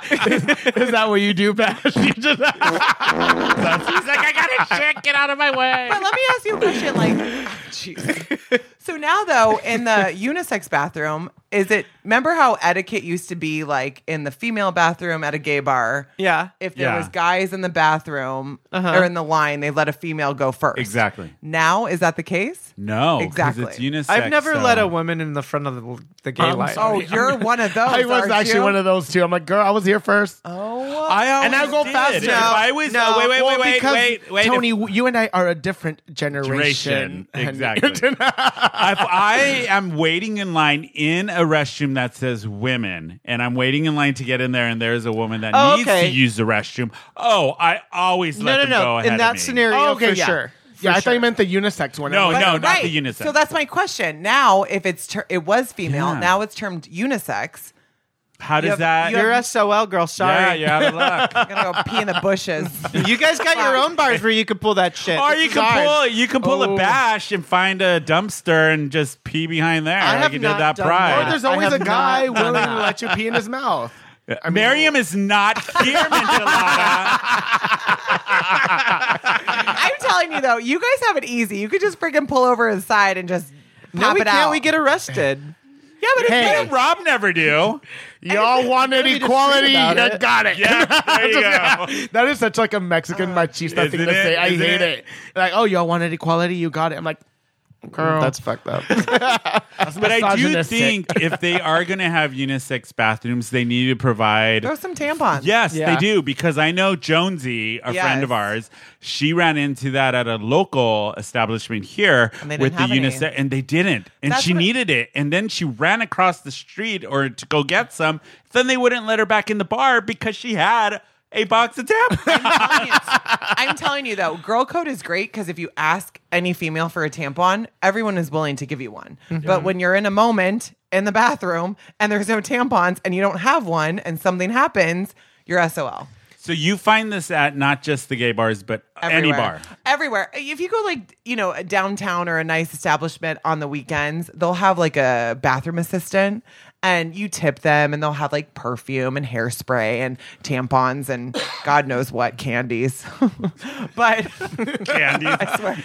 D: Is that what you do, Bash? You just-
A: He's like, I got a check. Get out of my way.
B: but let me ask you a question. Like, jeez. So now though, in the unisex bathroom, is it? Remember how etiquette used to be like in the female bathroom at a gay bar?
C: Yeah.
B: If there
A: Yeah. Uh-huh.
B: was guys in the bathroom or in the line, they let a female go first.
A: Exactly.
B: Now is that the case?
A: No, 'cause
B: Exactly.
A: It's unisex.
C: I've never
A: so-
C: let a woman in the front of the, the gay
D: I'm
C: line.
B: Oh,
D: sorry.
B: you're one of those.
D: I was
B: aren't
D: actually
B: you?
D: one of those too. I'm like, girl, I was here first.
B: Oh,
A: I always
D: And I go
A: did.
D: faster.
A: If I was no, wait, wait,
D: Uh, Well,
A: wait,
D: because,
A: wait, wait, wait.
D: Tony, you and I are a different generation.
A: duration. Exactly. if I am waiting in line in a restroom that says women, and I'm waiting in line to get in there, and there's a woman that
C: Oh,
A: needs to
C: okay.
A: use the restroom, oh, I always let
C: no, no,
A: them go
C: no.
A: ahead
C: In
A: of
C: that
A: me.
C: scenario,
D: Oh, okay,
C: for
D: yeah.
C: sure.
D: Yeah,
C: For
D: I thought you
C: sure.
D: meant the unisex one.
A: No,
D: I'm like,
A: no, not the unisex.
B: So that's my question. Now, if it's ter- it was female,
A: Yeah.
B: now it's termed unisex.
A: How does that?
C: You're a SOL girl.
A: yeah,
C: Sorry.
A: you're out of luck.
B: I'm gonna go pee in the bushes.
C: You guys got your own bars where you could pull that shit.
A: or you can
C: Sorry.
A: pull you can pull
D: Oh.
A: a bash and find a dumpster and just pee behind there.
C: I
A: like
C: have
A: you
C: not
A: did that
C: done
D: Or
A: pride.
C: that.
D: there's
C: I
D: always a
C: have
D: guy
C: not done
D: willing to
C: that.
D: let you pee in his mouth. I mean-
A: Miriam is not here, Michelada.
B: I'm telling you though, you guys have it easy. You could just freaking pull over to the side and just
C: No,
B: pop
C: we
B: it
C: can't.
B: out.
C: We get arrested.
B: yeah, but
D: Hey.
B: it's
A: What did Rob never do?
D: Y'all wanted
C: just
D: equality.
C: read about
D: You
C: it.
D: got it.
A: Yeah, there you go.
D: that is such like a Mexican machista
A: Isn't
D: thing to
A: it?
D: say. I
A: Isn't
D: hate it?
A: it?
D: Like, oh, y'all wanted equality, you got it. I'm like, Girl.
C: That's fucked up.
A: But I do
K: Misogynistic.
A: think if they are going to have unisex bathrooms, they need to provide.
B: Throw some tampons.
A: Yes,
C: Yeah.
A: they do because I know Jonesy, a
B: Yes.
A: friend of ours, she ran into that at a local establishment here
B: And they didn't
A: with the
B: have any.
A: unisex, and they didn't, and
B: That's
A: she
B: what-
A: needed it, and then she ran across the street or to go get some. Then they wouldn't let her back in the bar because she had a box of tampons.
B: telling you- I'm telling you though, girl code is great because if you ask any female for a tampon, everyone is willing to give you one. But when you're in a moment in the bathroom and there's no tampons and you don't have one and something happens, you're SOL.
A: so you find this at not just the gay bars, but any
B: Everywhere.
A: bar.
B: Everywhere. If you go like, you know, downtown or a nice establishment on the weekends, they'll have like a bathroom assistant and you tip them and they'll have like perfume and hairspray and tampons and God knows what candies. but
A: Candy.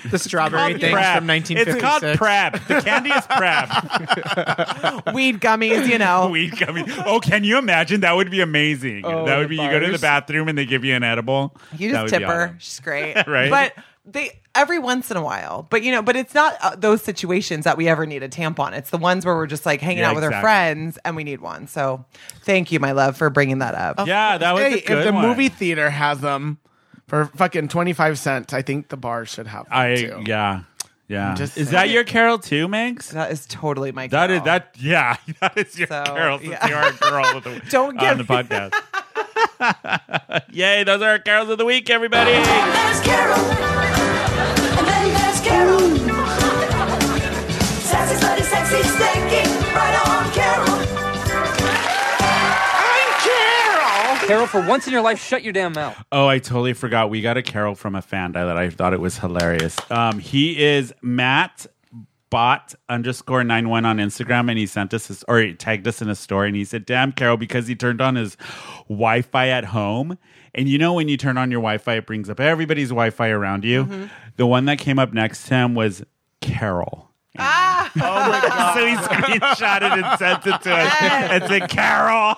C: the strawberry
B: Called
C: things
B: Prep.
C: from 1956.
A: It's called Prep. The candy is Prep.
B: weed gummies, you know.
A: Weed gummy. Oh, can you imagine? That would be amazing.
D: Oh,
A: that would be you go to the
C: bars.
A: bathroom and they give you an edible.
B: You
A: That
B: just
A: would
B: tip
A: be
B: her.
A: awesome.
B: She's great.
A: Right?
B: But they every once in a while. But you know, but it's not uh, those situations that we ever need a tampon. It's the ones where we're just like hanging
A: Yeah,
B: out with our
A: exactly.
B: friends and we need one. So, thank you my love for bringing that up.
A: Yeah, that was
D: Hey,
A: a good
D: if the
A: one.
D: movie theater has um, them for fucking twenty five cents, I think the bar should have. Them
A: I
D: too.
A: yeah. Yeah.
D: just
A: is
D: saying.
A: that your Carol too, Megs?
B: That is totally my
A: That is
B: girl.
A: that yeah, that is your
B: So,
A: Carol since
B: yeah.
A: you are a girl of the
B: Don't
A: on
B: give
A: the
B: me-
A: podcast. Yay, those are our carols of the week, everybody.
H: And there's Carol. And then there's Carol. Sassy, slutty, sexy, stanky. Right on, Carol.
J: Carol, for once in your life, shut your damn mouth.
A: Oh, I totally forgot. We got a Carol from a fan that I thought it was hilarious. Um, he is Matt bot underscore nine one on Instagram and he sent us his, or he tagged us in a story and he said, Damn Carol, because he turned on his Wi Fi at home. And you know when you turn on your Wi Fi, it brings up everybody's Wi Fi around you. The one that came up next to him was Carol. Oh so he screenshotted and sent it to us and said, Carol.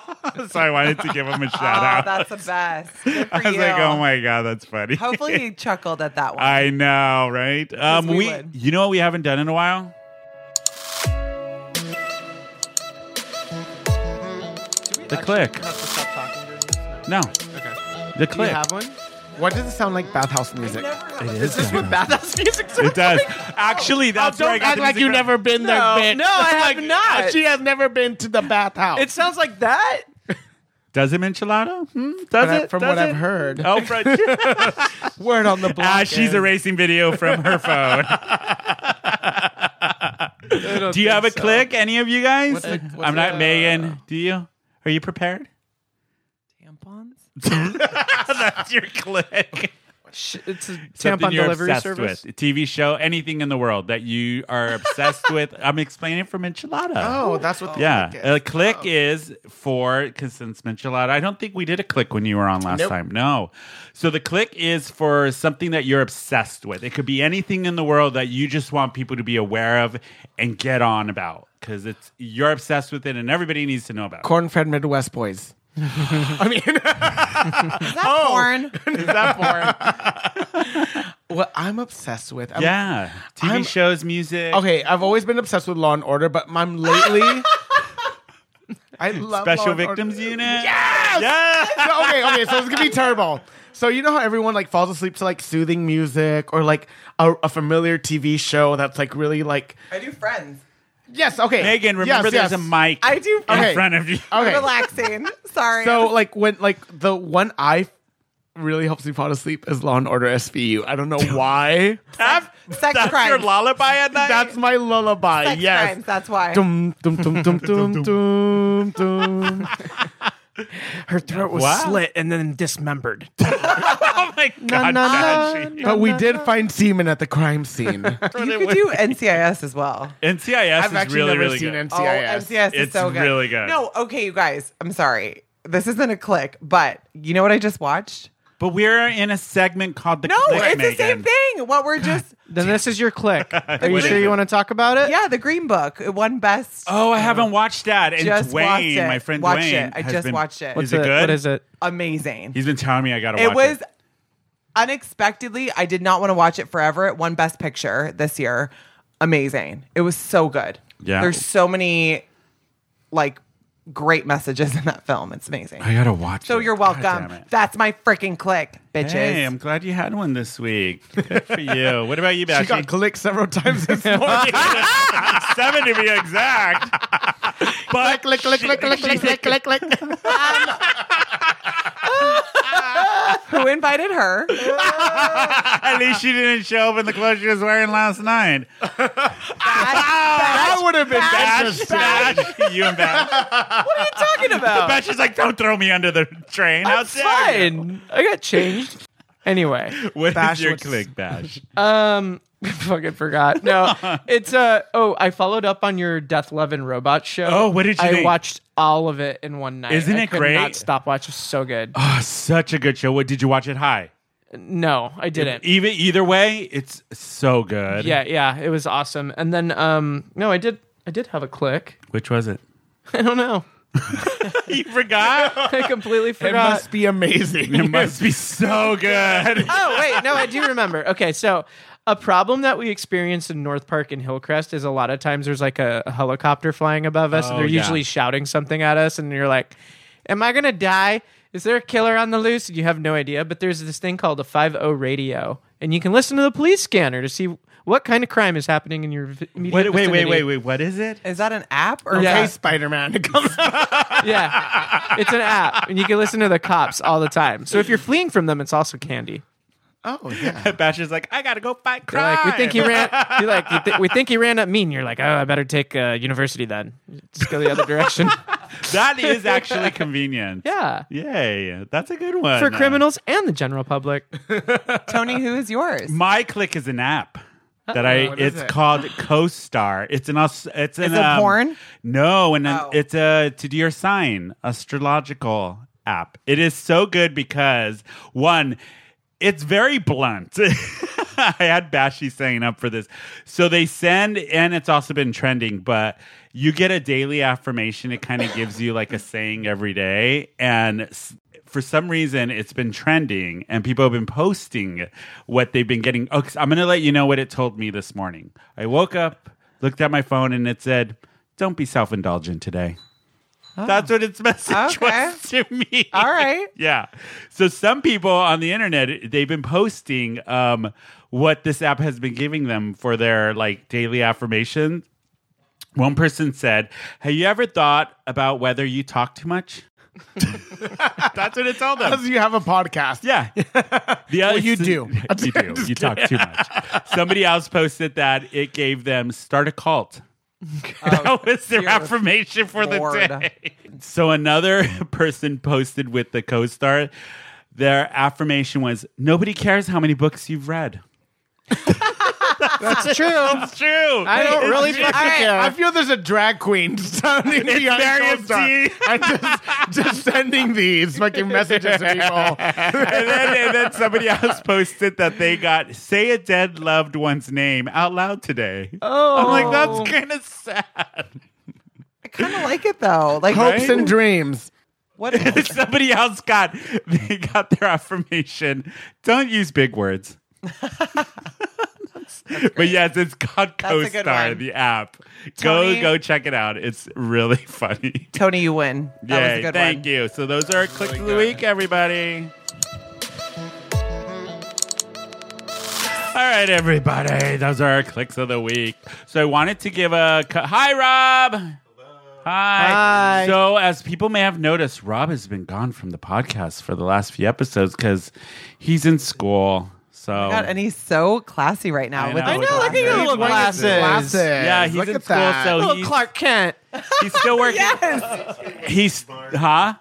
A: so I wanted to give him a shout
B: Oh,
A: out.
B: that's the best. Good for
A: I was
B: you.
A: like, oh my god, that's funny.
B: Hopefully you chuckled at that one.
A: I know, right? Um,
B: we
A: we,
B: would.
A: you know what we haven't done in a while? The click. No, the
C: Okay. Do you
A: click.
C: have one?
D: What does it sound like? Bathhouse music.
C: Is this what bathhouse music
A: it does. Actually, that's where I got
D: act
A: the
D: like
A: music
D: you
A: from.
D: never been there,
C: No,
D: bitch.
C: no, I have
D: Like,
C: not.
D: She has never been to the bathhouse.
C: It sounds like that.
A: Does it enchilada? Hmm? Does
D: But I-
A: it?
D: from
A: Does
D: what
A: it?
D: I've heard.
A: Oh, from,
D: word on the block.
A: ah, she's
D: is-
A: erasing video from her phone. Do you have a click? Any of you guys?
D: What's the- what's
A: I'm not
D: the- uh,
A: Megan. Do you? Are you prepared?
B: Tampons?
A: That's your click.
C: Sh- It's a
A: Something
C: tampon
A: you're
C: delivery
A: obsessed
C: service.
A: With. TV show, anything in the world that you are obsessed with. I'm explaining it from enchilada.
D: Oh, that's what. The
A: yeah.
D: click
A: A
D: is.
A: click is for, because since enchilada, I don't think we did a click when you were on last
D: Nope.
A: time. No. So the click is for something that you're obsessed with. It could be anything in the world that you just want people to be aware of and get on about because it's you're obsessed with it and everybody needs to know about it.
D: corn-fed Midwest boys. I mean,
B: Is that
A: Oh.
B: porn?
D: is that porn? what I'm obsessed with. I'm-
A: yeah. TV
D: I'm-
A: shows, music.
D: Okay, I've always been obsessed with Law and Order, but I'm lately. I love Law
A: Special
D: and Order.
A: Victims Unit.
D: Yes!
A: Yeah.
D: So, okay, okay, so it's gonna be terrible. So you know how everyone like falls asleep to like soothing music or like a, a familiar TV show that's like really like
B: I do friends.
D: yes, okay.
A: Megan,
D: Yes,
A: remember there's
D: yes.
A: a mic
B: I do
A: in
B: friends.
D: Okay.
A: front of you.
D: Okay.
B: Relaxing. Sorry.
D: So like when like the one I really helps me fall asleep is Law and Order SVU. I don't know why.
B: Sex
A: That's your
B: crimes.
A: lullaby at night.
D: that's my lullaby.
B: Sex
D: yes.
B: crimes, that's why.
D: Dum, dum, dum, dum, dum, dum, dum.
C: Her throat was
A: Wow.
C: slit and then dismembered.
A: oh my god,
C: na,
A: Banshee.
D: But we did find semen at the crime scene.
B: you could do NCIS as well.
A: NCIS
D: I've
A: is
D: actually
A: really
D: never
A: really
D: seen
A: good.
B: Oh,
D: NCIS.
B: NCIS is
A: It's
B: so good.
A: really good.
B: No, okay, you guys. I'm sorry. This isn't a click, but you know what I just watched?
A: but we're in a segment called the
B: No,
A: Click,
B: it's the
A: Megan.
B: same thing. What we're just
C: Then this is your click. Are
A: What
C: you sure
A: is it?
C: you want to talk about it?
B: yeah, the Green Book it won best.
A: Oh, I haven't watched that. And
B: Just watch
A: Dwayne,
B: it.
A: my friend
B: Watch
A: Dwayne,
B: it. I
A: has
B: just
A: been-
B: watched it.
A: Is
C: What's
A: it good?
C: What is it?
B: Amazing.
A: He's been telling me I gotta
B: it
A: watch
B: was
A: it.
B: unexpectedly. I did not want to watch it forever. It won Best Picture this year. amazing. It was so good.
A: Yeah.
B: There's so many like great messages in that film. It's amazing.
A: I gotta watch.
B: So
A: it.
B: you're
A: God
B: welcome.
A: damn it.
B: That's my freaking click, bitches.
A: Hey, I'm glad you had one this week. Good for you. What about you,
D: She got
A: Bashy?
D: clicked several times this morning.
A: Seven to be exact. But
D: click, click, click, click, click, click, click, click.
B: Who invited her?
A: at least she didn't show up in the clothes she was wearing last night.
D: That would have been better.
A: Bash, bash, you and Bash.
C: talking about?
A: Bash is like, don't throw me under the train. How
C: It's
A: dare you?
C: fine. I got changed. Anyway,
A: What is
D: Bash
A: your
D: looks-
A: click, Bash?
C: um, fucking forgot. No, it's uh oh. I followed up on your Death Love and Robot show.
A: Oh, what did you
C: I
A: think?
C: watched all of it in one night.
A: Isn't
C: I
A: it
C: could
A: great?
C: Not stop watching. So good.
A: Oh, such a good show. What did you watch it high?
C: No, I didn't.
A: Even either way, it's so good.
C: Yeah, yeah, it was awesome. And then um, no, I did. I did have a click.
A: Which was it?
C: I don't know.
A: You forgot?
C: I completely
D: It
C: forgot.
D: must be amazing.
A: it must be so good.
C: oh wait, no, I do remember. Okay, so a problem that we experience in North Park and Hillcrest is a lot of times there's like a, a helicopter flying above us,
A: Oh,
C: and they're
A: yeah.
C: usually shouting something at us, and you're like, "Am I gonna die? Is there a killer on the loose?" And you have no idea. But there's this thing called a five O radio, and you can listen to the police scanner to see what kind of crime is happening in your vi- immediate
A: Wait, wait, wait,
C: vicinity.
A: wait, wait. What is it?
B: Is that an app or
C: Yeah.
D: Hey, Spider Man, come
C: Yeah, it's an app, and you can listen to the cops all the time. So if you're fleeing from them, it's also candy.
D: Oh, yeah.
A: Bash is like, I gotta go fight
C: You're
A: crime.
C: like, we think he ran. You're like, you thi- we think he ran up me, and you're like, oh, I better take uh, university then. Just go the other direction.
A: that is actually convenient.
C: Yeah.
A: Yay. That's a good one.
C: For criminals and the general public.
B: Tony? Who is yours?
A: My click is an app that I.
D: What is
A: It's
D: it?
A: called CoStar. It's an. aus- It's an.
B: Is it
A: um,
B: porn?
A: No, and an,
B: Oh.
A: it's a to do your sign astrological app. It is so good because one, it's very blunt. I had Bashy saying up for this. So they send, and it's also been trending, but you get a daily affirmation. It kind of gives you like a saying every day. And s- for some reason, it's been trending, and people have been posting what they've been getting. Oh, 'cause I'm going to let you know what it told me this morning. I woke up, looked at my phone, and it said, Don't be self indulgent today. That's what its message
B: Oh. Okay.
A: was to me.
B: All right.
A: Yeah. So some people on the internet they've been posting um, what this app has been giving them for their like daily affirmations. One person said, "Have you ever thought about whether you talk too much?" That's what it told them.
D: Because you have a podcast.
A: Yeah. The other,
D: you do.
A: You do. You talk too much. Somebody else posted that it gave them start a cult. that was their
B: dear
A: affirmation for
B: Lord.
A: the day. So another person posted with the co-star. Their affirmation was nobody cares how many books you've read.
C: That's true.
A: It's true.
C: I don't really fucking
B: All right,
C: care.
D: I feel there's a drag queen sounding it's behind
A: Miriam
D: Goldstar.
A: T.
D: I'm just, just sending these fucking messages to people.
A: and, then, and then somebody else posted that they got say a dead loved one's name out loud today.
C: Oh,
A: I'm like, that's kind of sad.
B: I kind of like it though. Like
D: Hopes and dreams.
B: what? Is,
A: somebody else got they got their affirmation. Don't use big words. but yes, it's called
B: That's a good
A: CoStar,
B: one.
A: the app.
B: Tony?
A: Go go check it out. It's really funny.
B: Tony, you win. That was a
A: Yay,
B: good
A: thank
B: one.
A: you. So those are our clicks of the week, everybody. All right, everybody. Those are our clicks of the week. So I wanted to give a cu- hi, Rob. Hi.
C: Hi.
A: So, as people may have noticed, Rob has been gone from the podcast for the last few episodes because he's in school. So,
B: God, and he's so classy right now.
A: I
B: with
A: know.
B: the
A: I know, look at your
C: little
D: Glasses.
C: Glasses.
A: yeah, he's
D: Look
A: in
D: at
A: school.
D: that.
A: So,
C: Little
A: he's,
C: Clark Kent.
A: he's still working. He's, huh?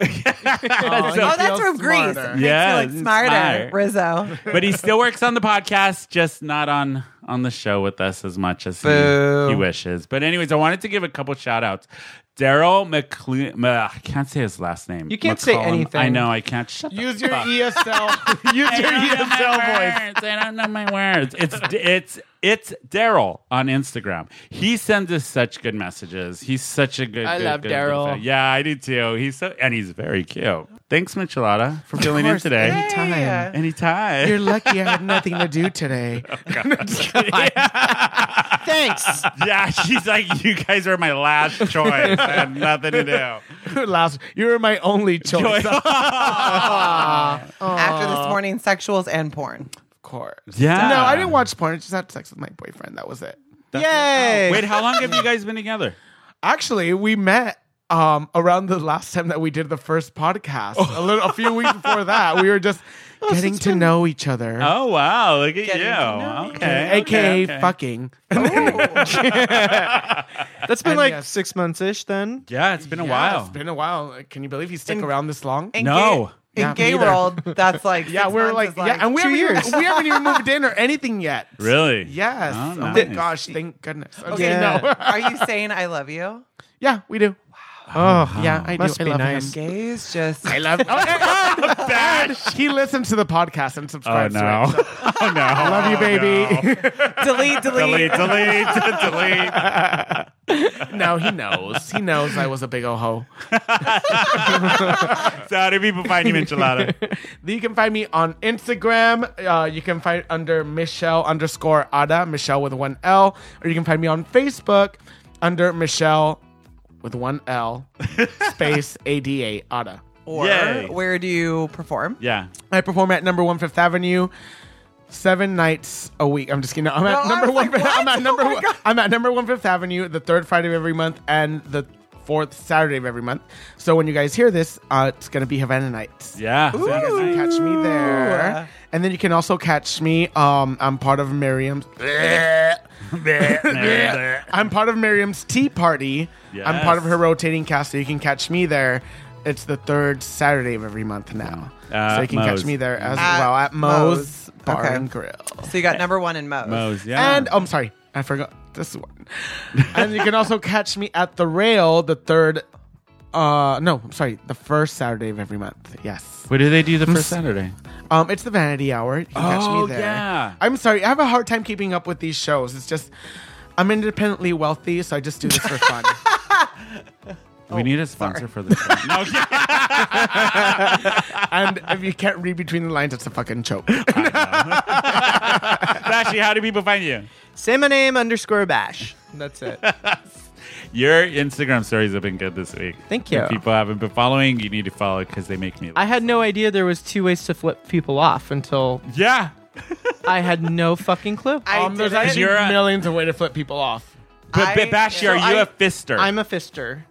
B: Oh, that's
D: feels
B: from Greece.
A: Yeah,
D: smarter.
B: Yeah,
A: it's
B: smarter,
A: smart.
B: Rizzo.
A: but he still works on the podcast, just not on on the show with us as much as he,
B: Boo.
A: he wishes. But anyways, I wanted to give a couple shout outs Daryl McCle- Ma- I can't say his last name.
C: You can't say
A: McCollum.
C: anything.
A: I know. I can't. Shut the
D: Use your
A: fuck.
D: ESL. Use your E ESL voice.
A: words. I don't know my words. It's it's it's Daryl on Instagram. He sends us such good messages. He's such a good.
K: I
A: good,
K: love
A: good
K: Daryl.
A: good- Yeah, I do too. He's so and he's very cute. Thanks, Michelada, for filling in today.
D: anytime.
A: Hey, anytime.
D: You're lucky I had nothing to do today.
C: Thanks.
A: yeah, she's like, you guys are my last choice. I have nothing to do.
D: Last, you were my only choice.
B: After this morning, sexuals and porn.
D: Of course.
A: Yeah.
D: No, I didn't watch porn. I just had sex with my boyfriend. That was it.
C: Yay.
A: Wait, how long have you guys been together?
D: Actually, we met um, around the last time that we did the first podcast. A little, a few weeks before that, we were just getting to know each other.
A: Oh wow, look at
B: Getting to know
A: you.
B: you.
A: Okay,
D: AKA
A: okay, okay.
D: fucking.
C: That's been
D: And
C: like
D: yes.
C: six months ish then.
A: Yeah, it's been a
D: Yeah,
A: while.
D: It's been a while. Can you believe he's sticking
B: In-
D: around this long?
B: In
A: No.
B: Gay, in
D: Yeah,
B: gay
D: neither.
B: world, that's like.
D: yeah,
B: six
D: we're
B: months
D: like,
B: is
D: yeah, and we
C: two
D: haven't, even,
C: years.
D: we haven't even moved in or anything yet.
A: really?
D: Yes.
A: Oh,
D: Oh,
A: nice.
D: my gosh! Thank goodness. Okay.
B: Okay,
C: Yeah.
D: No.
B: are you saying I love you?
D: yeah, we do.
C: Oh,
D: Yeah, I
C: Must
D: do.
C: be
D: I love
C: nice.
D: him.
B: Gays just.
D: I love. Oh, and- and he listens to the podcast and
A: Oh
D: subscribes.
A: no.
D: To it, so-
A: oh no. I
D: love you, baby.
B: delete, delete.
A: delete, delete, delete.
D: No, he knows. He knows I was a big old hoe.
A: So how do people find you, Michelada?
D: You can find me on Instagram. Uh, you can find under Michelle underscore Ada, Michelle with one L, or you can find me on Facebook under Michelle with one L space ADA Ada.
B: Or
A: Yay.
B: where do you perform?
A: yeah.
D: I perform at number one Fifth Avenue. Seven nights a week. I'm just kidding. No, I'm
B: No,
D: at
B: I
D: number
B: was
D: one.
B: like,
D: I'm
B: what?
D: at number
B: Oh my
D: one.
B: God.
D: I'm at number one Fifth Avenue, the third Friday of every month, and the fourth Saturday of every month. So when you guys hear this, uh, it's gonna be Havana nights.
A: Yeah. So you guys
D: You
A: are-
D: can catch me there. And then you can also catch me. Um, I'm part of Miriam's. I'm part of Miriam's tea party. I'm part of
A: Yes.
D: her rotating cast, so you can catch me there. It's the third Saturday of every month now,
A: Yeah.
D: so
A: At
D: you can
A: Moe's.
D: catch me there as
B: At
D: well at
B: Moe's.
D: Moe's Bar
B: Okay.
D: and Grill.
B: So you got number one in Moe's.
A: Moe's, yeah.
D: And oh, I'm sorry, I forgot this one. and you can also catch me at the Rail the third. Uh, no, I'm sorry, the first Saturday of every month. Yes.
A: what do they do the first Saturday?
D: Um, it's the Vanity Hour. You can catch
A: Oh,
D: me there.
A: yeah.
D: I'm sorry, I have a hard time keeping up with these shows. It's just I'm independently wealthy, so I just do this for fun. Oh,
A: we need a sponsor for this. one. no, yeah.
D: and if you can't read between the lines, it's a fucking joke.
A: Actually, how do people find you?
C: Say my name underscore bash. That's it.
A: Your Instagram stories have been good this week.
C: Thank you.
A: If people haven't been following, you need to follow because they make me.
C: I had no idea there was two ways to flip people off until
A: yeah.
C: I had no fucking clue. I,
D: um, there's
B: did it.
D: actually
A: You're a-
D: millions of ways to flip people off.
A: But, but
B: I-
A: Bashi, are
C: So
A: you
C: I-
A: a fister?
C: am a fister,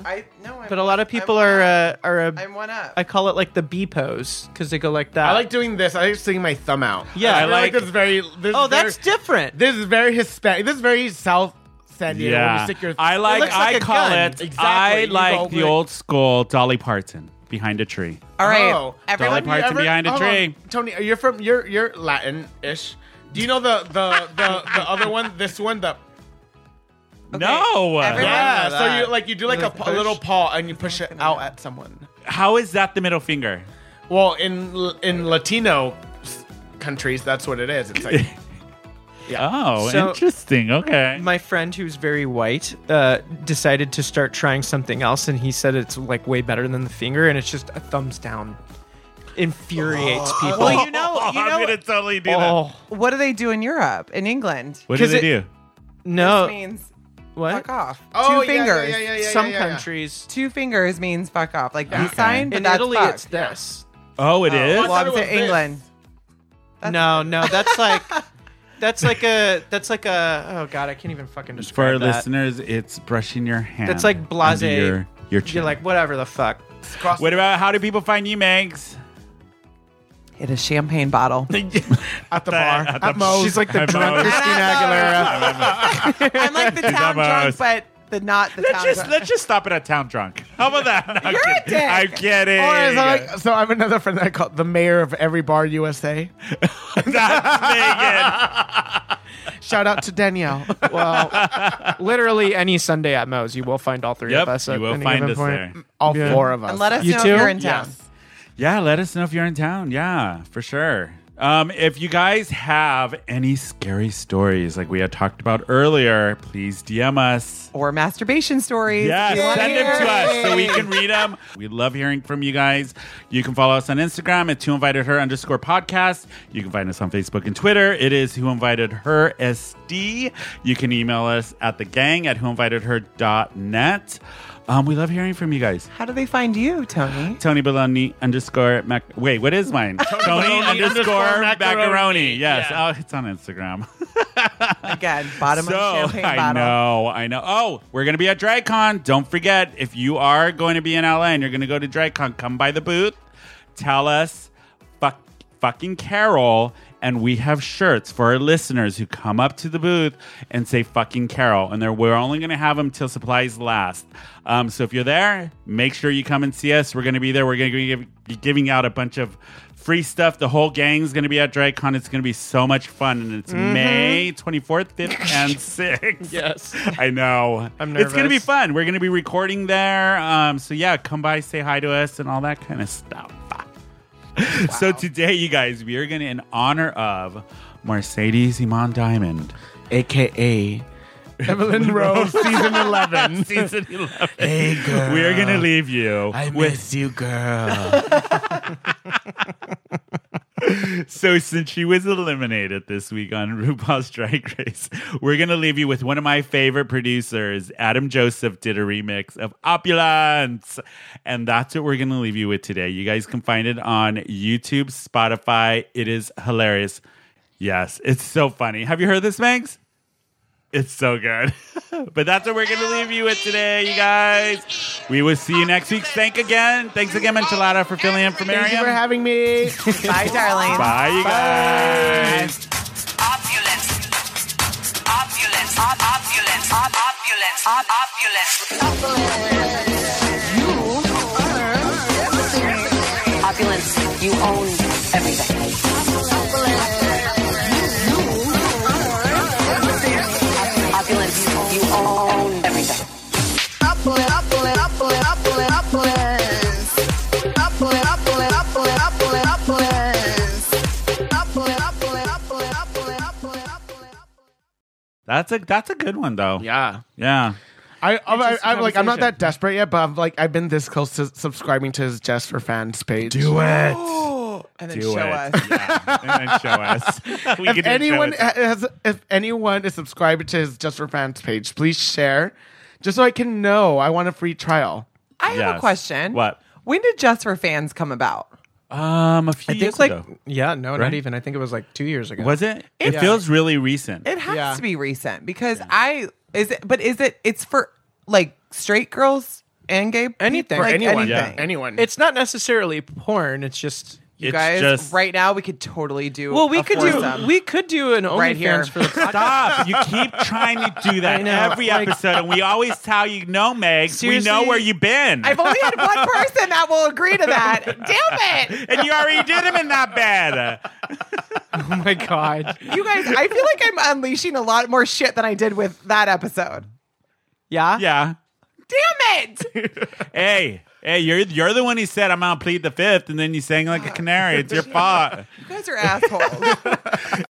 B: I no, I'm,
C: but a lot of
B: I'm
C: people
B: one
C: are
B: up.
C: uh, are a,
B: I'm one up.
C: I call it like the B pose because they go like that.
D: I like doing this. I like seeing my thumb out.
C: Yeah,
D: I,
C: I
D: feel
A: like-
D: like, this very. This
C: Oh,
D: very,
C: that's different.
D: This is very Hispanic. This is very South San Diego. When you stick your
A: I like,
D: It looks
A: I
D: like a
A: call
D: gun.
A: it,
D: Exactly.
A: I
D: You go
A: like the
D: with-
A: old school Dolly Parton behind a tree.
B: All right,
D: Oh.
B: everyone.
A: Dolly Parton
D: Ever-
A: behind a
D: hold on.
A: tree.
D: Tony, you're from you're you're Latin ish. Do you know the the the, the other one? This one, the
A: No.
B: Everyone-
D: yeah.
C: know
D: So
C: that.
D: you like you do like a, p- a
C: push.
D: little paw and you push it out at someone.
A: How is that the middle finger?
D: Well, in in Latino s- countries, that's what it is. It's like
A: Oh,
C: So-
A: interesting. Okay.
C: my friend who's very white uh, decided to start trying something else, and he said it's like way better than the finger, and it's just a thumbs down. Infuriates people.
B: Well, you know, you
A: I'm
B: know.
A: gonna totally do that.
C: oh
B: What do they do in Europe? In England,
A: What do
C: 'Cause
A: they do?
C: it- no!
B: This means
C: what?
B: fuck off. Two
D: Oh, yeah, yeah,
B: fingers.
D: yeah, yeah, yeah,
C: Some
D: yeah, yeah.
C: countries.
B: Two fingers means fuck off, like peace sign. But
C: In
B: that's
C: Italy,
B: fuck.
C: it's this.
A: Oh, it is.
B: well, I'm
D: thought it
B: saying
D: was
B: England. That's-
C: no, no, that's like that's like a that's like a oh god, I can't even fucking
A: For
C: describe
A: our
C: that.
A: listeners, it's brushing your hand.
C: That's like blase.
A: under Your, your
C: You're
A: chin.
C: like whatever the fuck.
D: cross.
A: what about how do people find you, Megs?
B: Hit a champagne bottle.
D: at the bar
A: at
D: at,
A: the-
D: Moe's.
C: She's like the
A: I'm
C: drunk
A: out.
C: Christina Aguilera.
B: I'm like the town
A: almost-
B: drunk, but the not the
A: Let's
B: town
A: just
B: drunk.
A: let's just stop it at town drunk. How about that? No, I'm
B: You're a
A: kidding.
B: dick.
A: I'm kidding.
D: Or is that like, so I have another friend that I call the mayor of every bar USA.
A: That's Megan.
D: Shout out to Danielle.
C: Well, literally any Sunday at Moe's, you will find all three
A: Yep,
C: of us.
A: you
C: at
A: will
C: any
A: find
C: given
A: us
C: point.
A: there.
D: All
C: Yeah.
D: four of us.
B: And let us
C: You
B: know
C: too?
B: if you're in town.
D: Yes.
A: Yeah, let us know if you're in town. Yeah, for sure. Um, if you guys have any scary stories like we had talked about earlier, please DM us.
B: Or masturbation stories. if
A: Yes,
B: you wanna
A: send them
B: hear.
A: to us so we can read them. We love hearing from you guys. You can follow us on Instagram at Who Invited Her underscore podcast. You can find us on Facebook and Twitter. It is Who Invited Her SD. You can email us at the gang at whoinvitedher.net. Um, we love hearing from you guys.
B: How do they find you, Tony?
A: Tony Baloney underscore mac. Wait, what is mine? Tony,
D: Baloney
A: underscore
D: underscore
A: macaroni.
D: macaroni.
A: Yes, oh, it's on Instagram.
B: Again, bottom
A: so
B: of the champagne
A: I
B: bottle.
A: know, I know. Oh, we're gonna be at DragCon. Don't forget, if you are going to be in LA and you're gonna go to DragCon, come by the booth. Tell us, fuck, fucking Carol. And we have shirts for our listeners who come up to the booth and say fucking Carol. And they're, we're only going to have them till supplies last. Um, so if you're there, make sure you come and see us. We're going to be there. We're going to be give- giving out a bunch of free stuff. The whole gang's going to be at DragCon. It's going to be so much fun, and it's May 24th, 5th, and 6th.
C: Yes.
A: I know.
C: I'm
A: It's going to be
C: nervous.
A: fun. We're going to be recording there. Um, so yeah, come by, say hi to us, and all that kind of stuff. So today, you guys, we are going to, in honor of Mercedes Iman Diamond,
D: AKA Evelyn Rose, season 11.
A: season 11,
D: Hey, girl.
A: we are going to leave you with
D: you, girl.
A: So since she was eliminated this week on RuPaul's Drag Race, we're gonna leave you with one of my favorite producers, Adam Joseph, did a remix of Opulence, and that's what we're gonna leave you with today. You guys can find it on YouTube, Spotify. It is hilarious. Yes, it's so funny. Have you heard this, Megs? It's so good. but that's what we're gonna leave you with today, you guys. We will see you next week. Thank again. Thanks again, Enchilada, for filling in for Miriam.
D: Thank you for having me.
B: Bye, darling.
A: Bye, you guys.
G: Opulence. Opulence. Op- Opulence. Op- Opulence. Op- Opulence.
I: Opulence, you own everything. Opulence, you own everything.
A: That's a that's a good one though.
D: Yeah.
A: Yeah.
D: I, I'm, I,
C: just a
D: I'm like, I'm not
C: conversation.
D: that desperate yet, but I'm like, I've been this close to subscribing to his Just for Fans page.
A: it.
C: Oh,
B: and then
A: Do
B: show
A: it.
B: us.
A: Yeah. And then show us. We can
D: If
A: do
D: anyone
A: show us.
D: has, if anyone is subscribed to his Just for Fans page, please share, just so I can know. I want a free trial.
B: I have
A: Yes.
B: a question.
A: What?
B: When did Just for Fans come about?
A: um a few
C: I
A: years
C: think like
A: ago.
C: yeah, no,
A: Right?
C: not even. I think it was like two years ago.
A: Was it? It feels really recent.
B: It has
D: Yeah.
B: to be recent because I is it but is it it's for like straight girls and gay people?
C: Anything.
B: Like,
C: For
D: anyone,
A: yeah.
B: anything.
D: Anyone?
C: It's not necessarily porn. It's just
B: You
A: It's
B: guys
A: just-
B: right now we could totally do
C: well, we
B: a
C: could do
B: foursome.
C: we could do an OnlyFans
B: Right here.
C: for the podcast.
A: Stop. You keep trying to do that
C: I know.
A: every
C: Like-
A: episode. And we always tell you, no, Meg, we know
C: Seriously?
A: where you've been.
B: I've only had one person that will agree to that. Damn it.
A: and you already did him in that bed.
C: Oh my god.
B: You guys, I feel like I'm unleashing a lot more shit than I did with that episode.
C: Yeah.
A: Yeah.
B: Damn it.
A: Hey. Hey, you're you're the one who said I'm gonna plead the fifth, and then you sang like a canary. It's your fault.
B: You guys are assholes.